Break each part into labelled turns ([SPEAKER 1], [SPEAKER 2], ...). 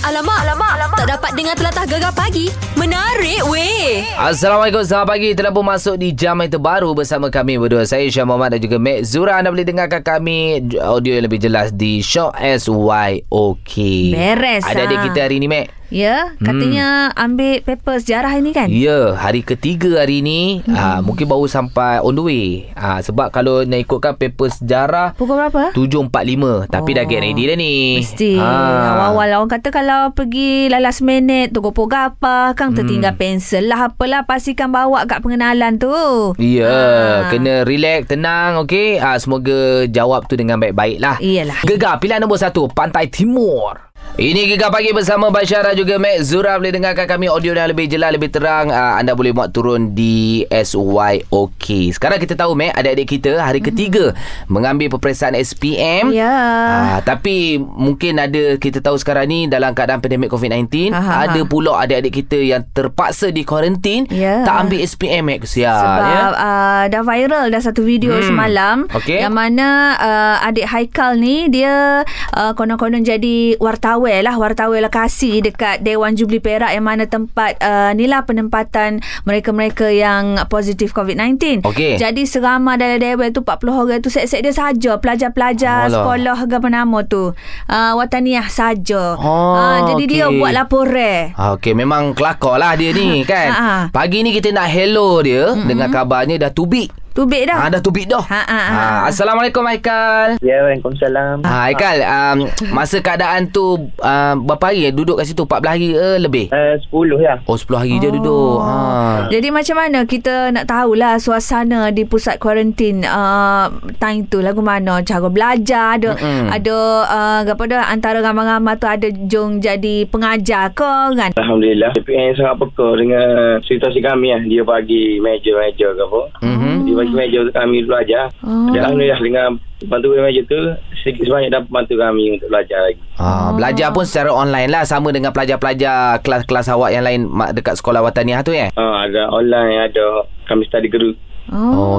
[SPEAKER 1] Alamak, alamak, alamak. Tak dapat dengar telatah gegar pagi. Menarik weh.
[SPEAKER 2] Assalamualaikum Selamat pagi Telah pun masuk di jam yang terbaru Bersama kami berdua Saya Syah Muhammad dan juga Mek Zura Anda boleh dengarkan kami Audio yang lebih jelas Di Shock SYOK
[SPEAKER 3] Beres,
[SPEAKER 2] Ada adik
[SPEAKER 3] ah.
[SPEAKER 2] kita hari ni Mek
[SPEAKER 3] Ya, katanya ambil paper sejarah ini kan?
[SPEAKER 2] Hmm. Ya, hari ketiga hari ni hmm. aa, Mungkin baru sampai on the way aa, Sebab kalau nak ikutkan paper sejarah
[SPEAKER 3] Pukul berapa?
[SPEAKER 2] 7.45 Tapi oh. dah get ready dah ni
[SPEAKER 3] Mesti
[SPEAKER 2] Ah.
[SPEAKER 3] Awal-awal lah Orang kata kalau pergi lah Last minute Tunggu poga apa Kang tertinggal
[SPEAKER 2] Hmm.
[SPEAKER 3] pensel lah Apalah Pastikan bawa kat pengenalan tu
[SPEAKER 2] Ya,
[SPEAKER 3] Ah.
[SPEAKER 2] kena relax, tenang, okey? Ah, semoga jawab tu dengan baik-baik lah.
[SPEAKER 3] Iyalah.
[SPEAKER 2] Gegar pilihan nombor satu, Pantai Timur. Ini Gegar Pagi bersama Bashara juga Mek Zura. Boleh dengarkan kami audio yang lebih jelas, lebih terang. Ah, anda boleh muat turun di SYOK. Sekarang kita tahu, Mek, adik-adik kita hari ketiga mengambil peperiksaan SPM.
[SPEAKER 3] Hmm. Ya.
[SPEAKER 2] Ah, tapi mungkin ada kita tahu sekarang ni dalam keadaan pandemik COVID-19
[SPEAKER 3] Aha.
[SPEAKER 2] ada pula adik-adik kita yang terpaksa di kuarantin
[SPEAKER 3] Ya.
[SPEAKER 2] tak ambil SPM eh kesian
[SPEAKER 3] Sebab
[SPEAKER 2] ya.
[SPEAKER 3] uh, dah viral dah satu video
[SPEAKER 2] Hmm.
[SPEAKER 3] hmm. semalam
[SPEAKER 2] Okey.
[SPEAKER 3] yang mana uh, adik Haikal ni dia uh, konon-konon jadi wartawan lah wartawan lokasi dekat Dewan Jubli Perak yang mana tempat uh, inilah penempatan mereka-mereka yang positif COVID-19.
[SPEAKER 2] Okey.
[SPEAKER 3] Jadi serama dalam Dewan tu 40 orang tu set-set dia saja pelajar-pelajar
[SPEAKER 2] Alah.
[SPEAKER 3] sekolah ke penama tu uh, wataniah saja.
[SPEAKER 2] Oh,
[SPEAKER 3] Ah, jadi dia
[SPEAKER 2] okey.
[SPEAKER 3] buat laporan.
[SPEAKER 2] Ah, Okey, memang kelakar lah dia ni kan.
[SPEAKER 3] Ha, ha.
[SPEAKER 2] Pagi ni kita nak hello dia mm-hmm. dengan kabarnya dah tubik.
[SPEAKER 3] Tubik dah.
[SPEAKER 2] Ah, dah tubik dah.
[SPEAKER 3] Ha, ha, ha.
[SPEAKER 2] Ah, Assalamualaikum Haikal.
[SPEAKER 4] Ya, Waalaikumsalam.
[SPEAKER 2] Ah, Haikal, um, masa keadaan tu um, berapa hari eh? duduk kat situ? 14 hari ke lebih?
[SPEAKER 4] Uh, 10 ya.
[SPEAKER 2] Oh, 10 hari je duduk.
[SPEAKER 3] Oh.
[SPEAKER 2] Ha.
[SPEAKER 3] Jadi macam mana kita nak tahulah suasana di pusat kuarantin uh, time tu lagu mana cara belajar ada
[SPEAKER 2] Mm-mm.
[SPEAKER 3] mm-hmm. ada uh, apa dah antara ramai-ramai tu ada jong jadi pengajar ke kan.
[SPEAKER 4] Alhamdulillah. DPN sangat peka dengan situasi kami ya. Dia bagi meja-meja ke apa.
[SPEAKER 2] Mhm.
[SPEAKER 4] Dia bagi meja untuk kami untuk belajar.
[SPEAKER 3] Oh.
[SPEAKER 4] Dan Alhamdulillah dengan bantuan meja tu, sedikit sebanyak dapat bantu kami untuk belajar lagi.
[SPEAKER 2] Ah, belajar pun secara online lah sama dengan pelajar-pelajar kelas-kelas awak yang lain mak- dekat sekolah wataniah tu eh.
[SPEAKER 4] Ha, ada online, ada kami study group.
[SPEAKER 2] Oh,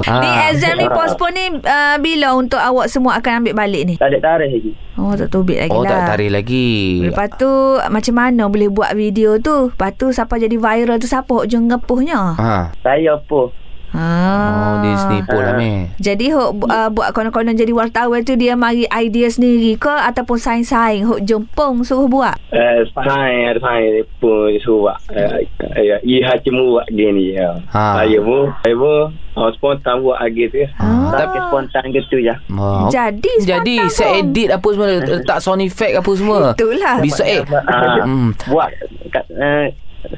[SPEAKER 3] Oh. Ni
[SPEAKER 2] ah.
[SPEAKER 3] exam ni postpone ni uh, bila untuk awak semua akan ambil balik ni?
[SPEAKER 4] Tak ada tarikh lagi.
[SPEAKER 3] Oh tak tubik lagi
[SPEAKER 2] Oh,
[SPEAKER 3] lah.
[SPEAKER 2] tak tarik lagi.
[SPEAKER 3] Lepas tu macam mana boleh buat video tu? Lepas tu siapa jadi viral tu siapa hok jong ngepuhnya?
[SPEAKER 2] Ha.
[SPEAKER 4] Saya apa? Ha.
[SPEAKER 3] Ha.
[SPEAKER 2] Oh, dia snipu lah meh.
[SPEAKER 3] Jadi hok uh, buat konon-konon jadi wartawan tu dia mari idea sendiri ke ataupun saing-saing hok jempong suruh buat.
[SPEAKER 4] Uh, sain, ada sain pun suruh buat. Uh, ya, ia hakim buat gini. Ya.
[SPEAKER 2] Ha.
[SPEAKER 4] Saya pun, saya pun uh, spontan buat lagi tu. ya.
[SPEAKER 2] Ah.
[SPEAKER 4] Tapi spontan gitu ya.
[SPEAKER 2] Wah,
[SPEAKER 3] Jadi
[SPEAKER 2] Jadi
[SPEAKER 3] spontan
[SPEAKER 2] saya
[SPEAKER 3] pun.
[SPEAKER 2] edit apa semua Letak sound effect apa semua
[SPEAKER 3] Itulah.
[SPEAKER 2] Bisa eh
[SPEAKER 4] Ah,
[SPEAKER 2] Hmm.
[SPEAKER 4] Buat kat uh,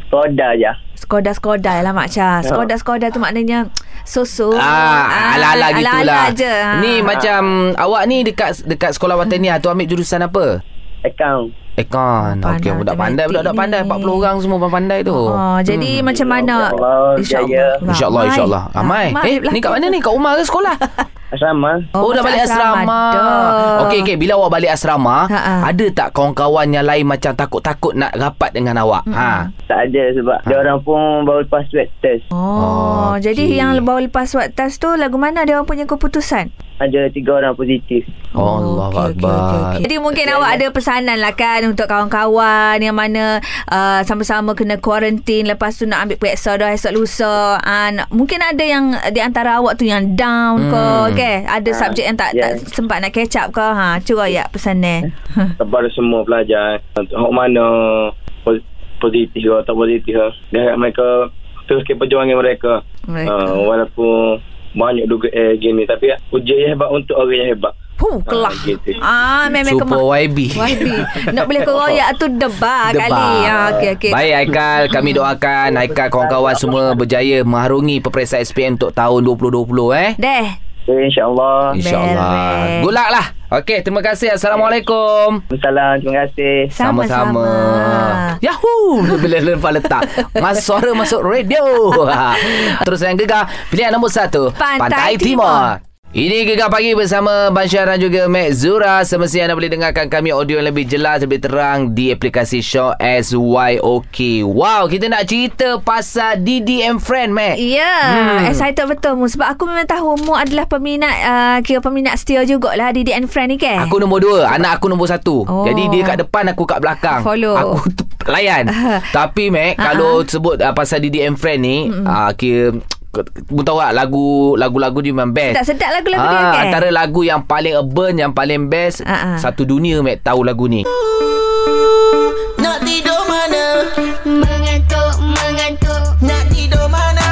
[SPEAKER 4] Skoda je.
[SPEAKER 3] Skoda-skoda lah Mak Syah. Skoda-skoda tu maknanya so-so.
[SPEAKER 2] Ya. Ah, ala-ala gitulah.
[SPEAKER 3] je. Ah.
[SPEAKER 2] Ni macam awak ni dekat dekat sekolah watania tu ambil jurusan apa?
[SPEAKER 4] Account.
[SPEAKER 2] Ekon.
[SPEAKER 3] Pandai
[SPEAKER 2] Okey, budak
[SPEAKER 3] matematik
[SPEAKER 2] pandai, budak-budak pandai
[SPEAKER 3] ni.
[SPEAKER 2] 40 orang semua orang pandai tu. Hmm.
[SPEAKER 3] Oh, jadi macam mana? Ah,
[SPEAKER 4] Allah, Oh, jaya.
[SPEAKER 2] InsyaAllah,
[SPEAKER 3] Ramai.
[SPEAKER 2] insyaAllah. Ramai. Eh, ni kat mana ni? Kat rumah ke sekolah?
[SPEAKER 4] Asrama.
[SPEAKER 2] Oh, dah
[SPEAKER 3] masa
[SPEAKER 2] balik asrama.
[SPEAKER 3] dah.
[SPEAKER 2] Okey, okey. Bila awak balik asrama,
[SPEAKER 3] Ha, ha.
[SPEAKER 2] ada tak kawan-kawan yang lain macam takut-takut nak rapat dengan awak? Ha.
[SPEAKER 4] Tak ada sebab ha. dia orang pun baru lepas swab test.
[SPEAKER 3] Oh,
[SPEAKER 2] Okey.
[SPEAKER 3] jadi yang baru lepas buat test tu lagu mana dia orang punya keputusan?
[SPEAKER 4] Ada tiga orang positif.
[SPEAKER 2] Allah
[SPEAKER 3] okey, okey,
[SPEAKER 2] Oh, Akbar.
[SPEAKER 3] okey, okey. Jadi mungkin awak ada pesanan lah kan untuk kawan-kawan yang mana uh, sama-sama kena kuarantin lepas tu nak ambil periksa dah esok lusa. Uh, nak- mungkin ada yang di antara awak tu yang down ke
[SPEAKER 2] Hmm.
[SPEAKER 3] okay? Ada
[SPEAKER 4] Ah,
[SPEAKER 3] subjek yang tak,
[SPEAKER 4] yeah.
[SPEAKER 3] tak sempat nak catch up ke. Ha, cuba ya
[SPEAKER 4] Eh?
[SPEAKER 3] pesanan.
[SPEAKER 4] Kepada semua pelajar. Untuk hok mana pos- positif ke tak positif ke. Dia harap mereka teruskan perjuangan mereka.
[SPEAKER 3] Mereka.
[SPEAKER 4] Ah, walaupun banyak duga eh, gini. Tapi ujian yang hebat untuk orang yang hebat.
[SPEAKER 3] Huh, kelah.
[SPEAKER 4] Ah, gitu.
[SPEAKER 3] Ah, memang
[SPEAKER 2] Super
[SPEAKER 3] kemak.
[SPEAKER 2] YB.
[SPEAKER 3] Wahdi. Nak boleh keroyak tu debar
[SPEAKER 2] Debar.
[SPEAKER 3] kali. Ha, okey, okey.
[SPEAKER 2] Baik Haikal, kami doakan Haikal kawan-kawan semua berjaya mengharungi peperiksaan SPM untuk tahun 2020 eh.
[SPEAKER 3] Deh.
[SPEAKER 4] Okay, InsyaAllah.
[SPEAKER 2] InsyaAllah.
[SPEAKER 3] Beres.
[SPEAKER 2] Good luck lah. Okey, terima kasih. Assalamualaikum.
[SPEAKER 4] Salam. Terima kasih.
[SPEAKER 3] Sama-sama. Ah.
[SPEAKER 2] Yahoo Bila lupa letak Mas suara Ha. masuk radio Terus yang gegar Pilihan nombor satu
[SPEAKER 3] Pantai Timur.
[SPEAKER 2] Timur. Ini Gegar Pagi bersama Bansyah dan juga Mek Zura. Semestinya anda boleh dengarkan kami audio yang lebih jelas, lebih terang di aplikasi Show SYOK. Wow, kita nak cerita pasal Didi and Friend, Mek.
[SPEAKER 3] Ya, yeah, hmm. excited betul Mu. Sebab aku memang tahu Mu adalah peminat, uh, kira peminat setia jugalah Didi and Friend ni kan?
[SPEAKER 2] Aku nombor dua Anak aku nombor satu
[SPEAKER 3] Oh.
[SPEAKER 2] Jadi dia kat depan Aku kat belakang
[SPEAKER 3] Follow.
[SPEAKER 2] Aku tu, layan Tapi Mac Kalau sebut uh, Pasal Didi and Friend ni uh, Kira Mu tahu tak lagu, Lagu-lagu dia memang best Ah,
[SPEAKER 3] Sedap-sedap lagu-lagu dia kan?
[SPEAKER 2] Antara lagu yang paling urban Yang paling best
[SPEAKER 3] Ah, ah.
[SPEAKER 2] Satu dunia Mac tahu lagu ni
[SPEAKER 5] Nak tidur mana?
[SPEAKER 6] Mengantuk, mengantuk,
[SPEAKER 5] Nak tidur mana?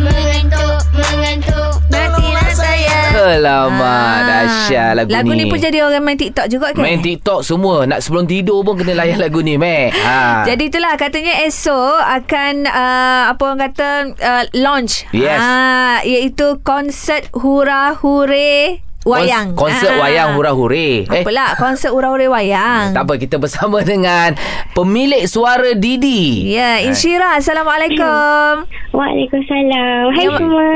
[SPEAKER 6] mengantuk, mengantuk.
[SPEAKER 3] Nantilah saya.
[SPEAKER 2] Alamak Dahsyat lagu,
[SPEAKER 3] Ah, lagu ni
[SPEAKER 2] ni
[SPEAKER 3] pun jadi orang main TikTok juga kan?
[SPEAKER 2] Main TikTok semua Nak sebelum tidur pun Kena layan lagu ni Mac ha.
[SPEAKER 3] Jadi itulah katanya esok akan uh, apa orang kata uh, launch.
[SPEAKER 2] Yes.
[SPEAKER 3] Ah iaitu konsert hura hure wayang.
[SPEAKER 2] Kon- Konsert
[SPEAKER 3] Ah.
[SPEAKER 2] wayang hura-hura Eh,
[SPEAKER 3] Apalah konsert hura hure wayang.
[SPEAKER 2] Tak apa kita bersama dengan pemilik suara Didi.
[SPEAKER 3] Ya, Insyira. Assalamualaikum.
[SPEAKER 6] Waalaikumsalam. Hai
[SPEAKER 3] Yang-
[SPEAKER 6] semua.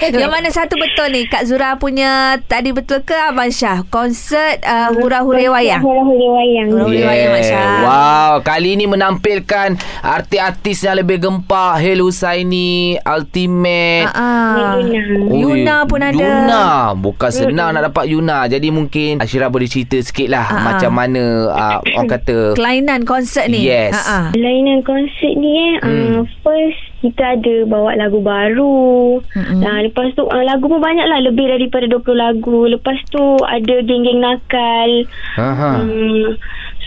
[SPEAKER 3] Hai. Yang mana satu betul ni? Kak Zura punya tadi betul ke Abang Syah? Konsert uh, hura hure wayang.
[SPEAKER 6] Hura-hura wayang.
[SPEAKER 3] Hura-hura. Boleh wayang, Mak Syah.
[SPEAKER 2] Wow, kali ini menampilkan artis-artis yang lebih gempak, Hel Husaini, Ultimate.
[SPEAKER 3] Ah.
[SPEAKER 6] Luna.
[SPEAKER 2] Ui,
[SPEAKER 3] Yuna pun ada. Hmm.
[SPEAKER 2] Yuna Bukan senang nak dapat Yuna Jadi mungkin Ashira boleh cerita sikit lah
[SPEAKER 3] Ah, ah.
[SPEAKER 2] Macam mana uh, Orang kata
[SPEAKER 3] Kelainan konsert ni.
[SPEAKER 2] Yes.
[SPEAKER 3] Ah, ah.
[SPEAKER 6] Lainan konsert ni eh hmm. uh, First Kita ada bawa lagu baru
[SPEAKER 3] Mm-mm.
[SPEAKER 6] hmm. uh, Lepas tu uh, Lagu pun banyak lah Lebih daripada 20 lagu Lepas tu Ada geng-geng nakal
[SPEAKER 2] Aha.
[SPEAKER 6] Hmm.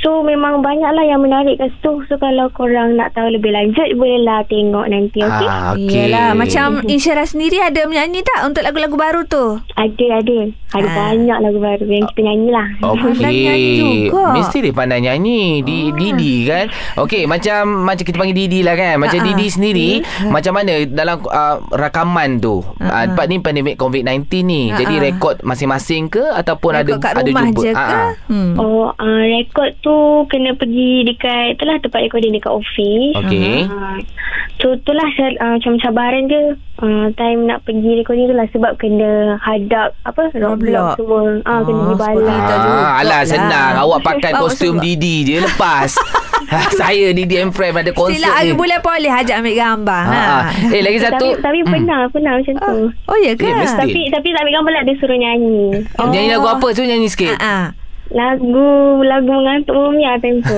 [SPEAKER 6] So memang banyak lah yang menarik kat situ So kalau korang nak tahu lebih lanjut Bolehlah tengok nanti okay?
[SPEAKER 2] Ah, okey.
[SPEAKER 3] Yelah Macam Insyirah sendiri Ada menyanyi tak Untuk lagu-lagu baru tu
[SPEAKER 6] Ada ada Ada
[SPEAKER 3] Ah.
[SPEAKER 6] banyak lagu baru yang kita nyanyi lah
[SPEAKER 3] Pandai nyanyi
[SPEAKER 2] Okey.
[SPEAKER 3] juga. Oh.
[SPEAKER 2] Mesti dia pandai nyanyi. Di Didi kan. Okey, macam macam kita panggil Didi lah kan. Macam
[SPEAKER 3] Ha-ha.
[SPEAKER 2] Didi sendiri Hmm. macam mana dalam uh, rakaman tu. Uh, Sebab ni pandemik COVID-19 ni.
[SPEAKER 3] Ha-ha.
[SPEAKER 2] Jadi rekod masing-masing ke ataupun
[SPEAKER 3] Rekod
[SPEAKER 2] ada
[SPEAKER 3] kat
[SPEAKER 2] ada
[SPEAKER 3] rumah
[SPEAKER 2] jumpa. Ah,
[SPEAKER 3] je ke
[SPEAKER 2] Ha-ha.
[SPEAKER 3] hmm.
[SPEAKER 6] Oh uh, rekod tu kena pergi dekat Itulah tempat recording dekat office
[SPEAKER 2] Okey.
[SPEAKER 6] Ah, So itulah sel- ah, macam cabaran dia ah, Time nak pergi recording tu lah Sebab kena hadap Apa
[SPEAKER 3] Roadblock.
[SPEAKER 6] Roblock semua ah, Kena
[SPEAKER 3] Ah,
[SPEAKER 6] dibalas
[SPEAKER 3] seperti- Kita juga
[SPEAKER 2] Ah, alah
[SPEAKER 3] lah.
[SPEAKER 2] senang awak pakai
[SPEAKER 3] Awak
[SPEAKER 2] kostum
[SPEAKER 3] sebab-
[SPEAKER 2] Didi je lepas. Ha, Saya Didi and Friend ada konsert
[SPEAKER 3] Sila
[SPEAKER 2] ni.
[SPEAKER 3] aku boleh boleh Ajak ambil gambar ha.
[SPEAKER 2] Ha-ha. Eh lagi
[SPEAKER 6] Tapi,
[SPEAKER 2] satu.
[SPEAKER 6] tapi pernah Pernah macam tu
[SPEAKER 3] Oh, oh ya ke
[SPEAKER 2] Eh, mesti. Eh,
[SPEAKER 6] Tapi tapi tak ambil gambar lah Dia suruh nyanyi
[SPEAKER 2] Nyanyi lagu apa tu nyanyi sikit.
[SPEAKER 3] Oh. Ah.
[SPEAKER 6] Lagu Lagu mengantuk mumia time tu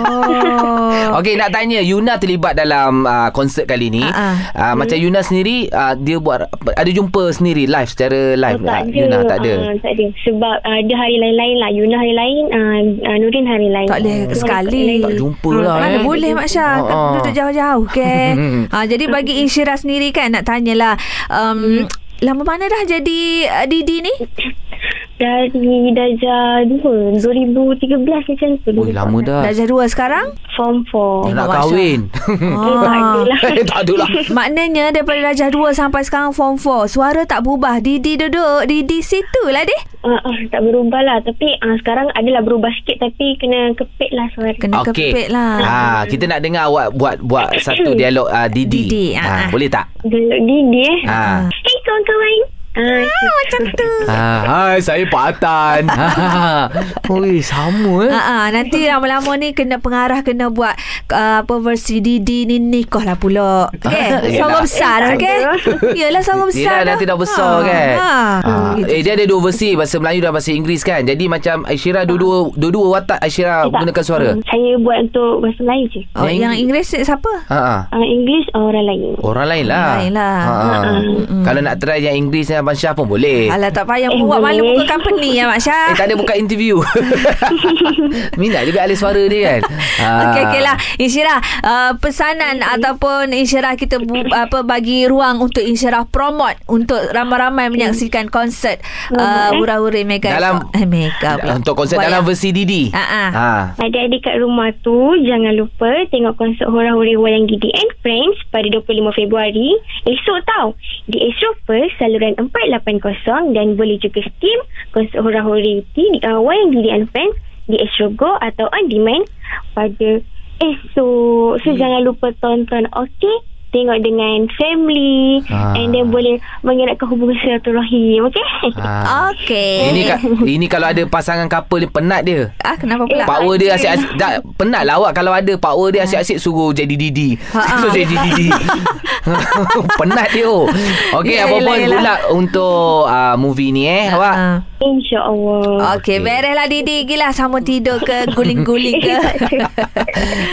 [SPEAKER 3] Oh
[SPEAKER 2] Okey nak tanya Yuna terlibat dalam uh, konsert kali ni.
[SPEAKER 3] Ha, ha.
[SPEAKER 2] Uh, macam Yuna sendiri uh, dia buat ada jumpa sendiri live secara live
[SPEAKER 6] tak ada,
[SPEAKER 2] Yuna tak ada.
[SPEAKER 6] Ah, tak ada. Sebab ah, dia hari lain-lain lah. Yuna hari lain, ah, ah, Nurin hari lain.
[SPEAKER 3] Tak boleh
[SPEAKER 6] Semua
[SPEAKER 3] sekali.
[SPEAKER 6] hari lain. Ah,
[SPEAKER 2] tak jumpa lah
[SPEAKER 3] Mana
[SPEAKER 2] eh.
[SPEAKER 3] boleh Mak Syah
[SPEAKER 2] Ha,
[SPEAKER 3] kan
[SPEAKER 2] ha.
[SPEAKER 3] Duduk jauh-jauh ke ha, Jadi bagi Insyirah sendiri kan Nak tanyalah um, Lama mana dah jadi uh, Didi ni?
[SPEAKER 6] Dari darjah 2, 2013 macam tu.
[SPEAKER 2] Ui lama dah.
[SPEAKER 3] Dah jadi dua sekarang?
[SPEAKER 6] Form 4.
[SPEAKER 2] Dah nak
[SPEAKER 3] Tengok Masya.
[SPEAKER 2] kahwin.
[SPEAKER 3] Ah.
[SPEAKER 2] eh tak adalah.
[SPEAKER 3] Maknanya daripada darjah 2 sampai sekarang form 4 Suara tak berubah Didi duduk Didi situ
[SPEAKER 2] Eh?
[SPEAKER 3] lah deh
[SPEAKER 6] Ah, ah, tak berubah lah. Tapi ah, sekarang adalah berubah sikit tapi kena kepit lah suara.
[SPEAKER 3] Kena okay. kepit lah
[SPEAKER 2] Ah, kita nak dengar awak buat buat satu dialog uh, Didi.
[SPEAKER 3] Didi,
[SPEAKER 2] Ah,
[SPEAKER 3] ah, ah.
[SPEAKER 2] boleh tak?
[SPEAKER 6] Gelok Didi eh.
[SPEAKER 2] Ah.
[SPEAKER 6] Hei kawan-kawan. Ah,
[SPEAKER 3] Macam tu
[SPEAKER 2] Ah, hai saya Pak Atan. Ah. Ui sama eh.
[SPEAKER 3] Ha nanti lama-lama ni kena pengarah kena buat uh, apa versi Didi ni nikah lah pula. Okey,
[SPEAKER 2] Yelah.
[SPEAKER 3] sama besar okey. Yalah sama
[SPEAKER 2] Yelah
[SPEAKER 3] besar.
[SPEAKER 2] nanti dah besar ha, kan
[SPEAKER 3] Ha.
[SPEAKER 2] ha. Eh dia ada dua versi Bahasa Melayu dan bahasa Inggeris kan Jadi macam Aisyira dua-dua Dua-dua watak Aisyira gunakan suara
[SPEAKER 6] Hmm, Saya buat untuk bahasa Melayu je.
[SPEAKER 3] Oh, yang Inggeris ni siapa? Oh,
[SPEAKER 2] ha, ha.
[SPEAKER 6] Ah, English orang lain.
[SPEAKER 2] Orang lain lah
[SPEAKER 3] Orang lain lah.
[SPEAKER 2] ha, ha. Kalau nak try yang Inggeris Abang Syah pun boleh
[SPEAKER 3] Alah tak payah buat malu buka company ya Mak Syah.
[SPEAKER 2] Eh tak ada buka interview Minat juga alis suara dia kan ha.
[SPEAKER 3] Okey okey lah
[SPEAKER 6] Ah.
[SPEAKER 3] Insyirah uh, Pesanan ataupun Insyirah kita bu- apa bagi ruang Untuk Insyirah promote Untuk ramai-ramai menyaksikan konsert uh, Hura-hura Mega
[SPEAKER 2] Dalam-
[SPEAKER 3] eh, Mega pula.
[SPEAKER 2] Untuk konsep dalam
[SPEAKER 3] Wayang.
[SPEAKER 2] versi Didi
[SPEAKER 3] Ha, ha.
[SPEAKER 6] Adik-adik kat rumah tu jangan lupa tengok konsert hura-hura wayang Gidi and Friends pada 25 Februari esok tau di Astropers saluran 480 dan boleh juga stream konsert hura-hura di uh, wayang Gidi and Friends di Astrogo
[SPEAKER 2] Hmm.
[SPEAKER 6] atau on demand pada esok so jangan lupa tonton okey tengok dengan family
[SPEAKER 2] Ah.
[SPEAKER 6] and then boleh mengeratkan hubungan silaturahim okey
[SPEAKER 2] Ha.
[SPEAKER 3] Okay.
[SPEAKER 2] Ini ka, ini kalau ada pasangan couple ni penat dia.
[SPEAKER 3] Ah, kenapa pula?
[SPEAKER 2] Power dia asyik-asyik tak, Penat lah awak Kalau ada power dia asyik-asyik Suruh jadi Didi
[SPEAKER 3] Ha,
[SPEAKER 2] Suruh
[SPEAKER 3] ha.
[SPEAKER 2] jadi Didi Penat dia Okay
[SPEAKER 3] Yelah,
[SPEAKER 2] apa pun
[SPEAKER 3] yelah,
[SPEAKER 2] Good
[SPEAKER 3] yelah.
[SPEAKER 2] luck untuk uh, movie ni eh Awak
[SPEAKER 3] Ah.
[SPEAKER 6] insyaallah
[SPEAKER 3] Okey,
[SPEAKER 2] Okey.
[SPEAKER 3] berehlah Didi. Gila sama tidur ke guling-guling ke.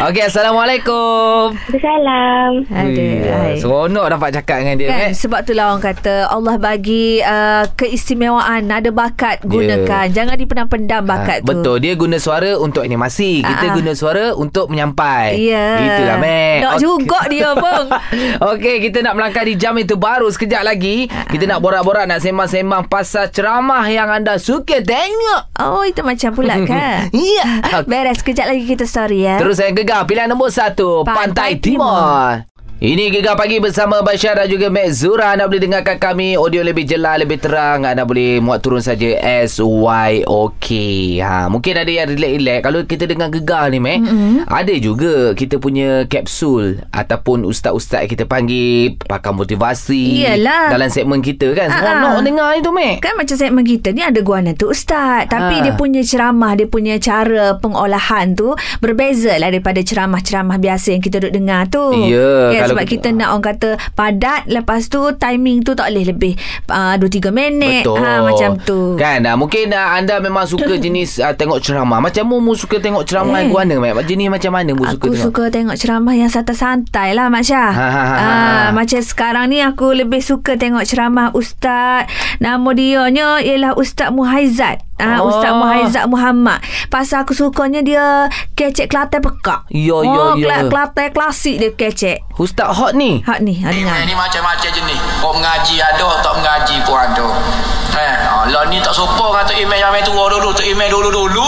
[SPEAKER 2] Okay Assalamualaikum
[SPEAKER 6] Salam
[SPEAKER 3] Aduh.
[SPEAKER 2] Ya,
[SPEAKER 3] hai.
[SPEAKER 2] Seronok dapat cakap dengan dia
[SPEAKER 3] Kan?
[SPEAKER 2] eh.
[SPEAKER 3] Sebab tu lah orang kata Allah bagi uh, keistimewaan Ada bakat Gunakan Jangan dipendam-pendam bakat
[SPEAKER 2] Ah,
[SPEAKER 3] tu
[SPEAKER 2] Betul Dia guna suara untuk animasi Kita
[SPEAKER 3] Ah, ah.
[SPEAKER 2] guna suara untuk menyampai
[SPEAKER 3] Ya yeah.
[SPEAKER 2] Itulah Mac
[SPEAKER 3] Nak
[SPEAKER 2] Okey.
[SPEAKER 3] juga dia pun
[SPEAKER 2] Okey, kita nak melangkah di jam itu baru sekejap lagi.
[SPEAKER 3] Ah.
[SPEAKER 2] Kita nak borak-borak, nak sembang-sembang pasal ceramah yang anda suka tengok.
[SPEAKER 3] Oh itu macam pula kan
[SPEAKER 2] Ya.
[SPEAKER 3] Beres sekejap lagi kita story ya
[SPEAKER 2] Terus saya gegar pilihan nombor satu, Pantai,
[SPEAKER 3] Pantai
[SPEAKER 2] Timur.
[SPEAKER 3] Timur.
[SPEAKER 2] Ini Gegar Pagi bersama Bashar dan juga Mek Zura. Anda boleh dengarkan kami audio lebih jelas, lebih terang. Anda boleh muat turun saja SYOK. Ha, mungkin ada yang relax-relax. Kalau kita dengar gegar ni, Mek. Mm-hmm. Ada juga kita punya kapsul ataupun ustaz-ustaz kita panggil pakar motivasi.
[SPEAKER 3] Yelah.
[SPEAKER 2] Dalam segmen kita kan.
[SPEAKER 3] Ah,
[SPEAKER 2] Semua
[SPEAKER 3] ah.
[SPEAKER 2] nak dengar itu, Mek.
[SPEAKER 3] Kan macam segmen kita ni ada guana tu ustaz Tapi
[SPEAKER 2] Ha.
[SPEAKER 3] dia punya ceramah Dia punya cara pengolahan tu Berbeza lah daripada ceramah-ceramah biasa Yang kita duduk dengar tu
[SPEAKER 2] Ya,
[SPEAKER 3] kan?
[SPEAKER 2] kalau
[SPEAKER 3] Sebab
[SPEAKER 2] kita-
[SPEAKER 3] kita, nak orang kata padat Lepas tu timing tu tak boleh lebih uh, 2-3 minit
[SPEAKER 2] Betul.
[SPEAKER 3] ha, Macam tu
[SPEAKER 2] Kan ah, mungkin ah, anda memang suka jenis ah, tengok ceramah. Macam mu mu suka tengok ceramah eh.
[SPEAKER 3] Eh.
[SPEAKER 2] iguana Mat. Jenis macam mana mu suka
[SPEAKER 3] Aku
[SPEAKER 2] tengok?
[SPEAKER 3] suka tengok ceramah yang santai-santai lah Mak Syah.
[SPEAKER 2] Ha, ha, ha,
[SPEAKER 3] Ah,
[SPEAKER 2] ha.
[SPEAKER 3] Macam sekarang ni aku lebih suka tengok ceramah Ustaz. Nama dianya ialah Ustaz Muhaizat. Ah,
[SPEAKER 2] Oh.
[SPEAKER 3] oh. Ustaz Muhaizat Muhammad. Pasal aku sukanya dia kecek Kelantan pekak.
[SPEAKER 2] Ya, ya,
[SPEAKER 3] oh,
[SPEAKER 2] ya.
[SPEAKER 3] Kela- Kelantan klasik dia kecek.
[SPEAKER 2] Ustaz hot ni.
[SPEAKER 3] Hak ni, hak dengar.
[SPEAKER 7] Ini macam-macam jenis. Kau mengaji ada, tak mengaji pun ada. Eh, ah, lah ni tak serupa dengan Tok Imam yang main tua dulu. Tok Imam dulu-dulu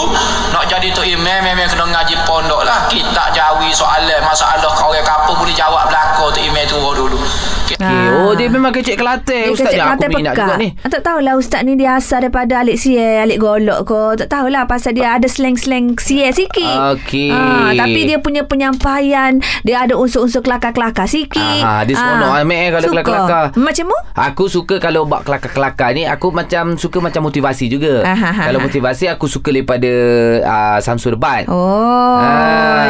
[SPEAKER 7] nak jadi Tok Imam memang kena ngaji pondok lah. Kita jawi soalan masalah kau orang kapur boleh jawab belakang Tok Imam tua dulu. Okay.
[SPEAKER 2] Okay.
[SPEAKER 3] Ah.
[SPEAKER 2] Oh dia memang kecek Kelantan
[SPEAKER 3] kecek
[SPEAKER 2] Ustaz yang aku
[SPEAKER 3] Kelantan
[SPEAKER 2] minat juga ni.
[SPEAKER 3] Ah, Tak tahulah Ustaz ni dia asal daripada Alik Sia, Alik Golok ke. Tak tahulah pasal dia ada slang-slang Sia sikit.
[SPEAKER 2] Okey.
[SPEAKER 3] Ah, tapi dia punya penyampaian, dia ada unsur-unsur kelakar-kelakar sikit.
[SPEAKER 2] Ah, dia seronok ah, Mek, eh, kalau
[SPEAKER 3] Suka.
[SPEAKER 2] kelakar-kelakar.
[SPEAKER 3] Macam mu?
[SPEAKER 2] Aku suka kalau bak kelakar-kelakar ni Aku macam suka macam motivasi juga
[SPEAKER 3] Ah, ha, ha,
[SPEAKER 2] Kalau
[SPEAKER 3] ha.
[SPEAKER 2] motivasi aku suka daripada uh, Samsul Bat
[SPEAKER 3] Oh,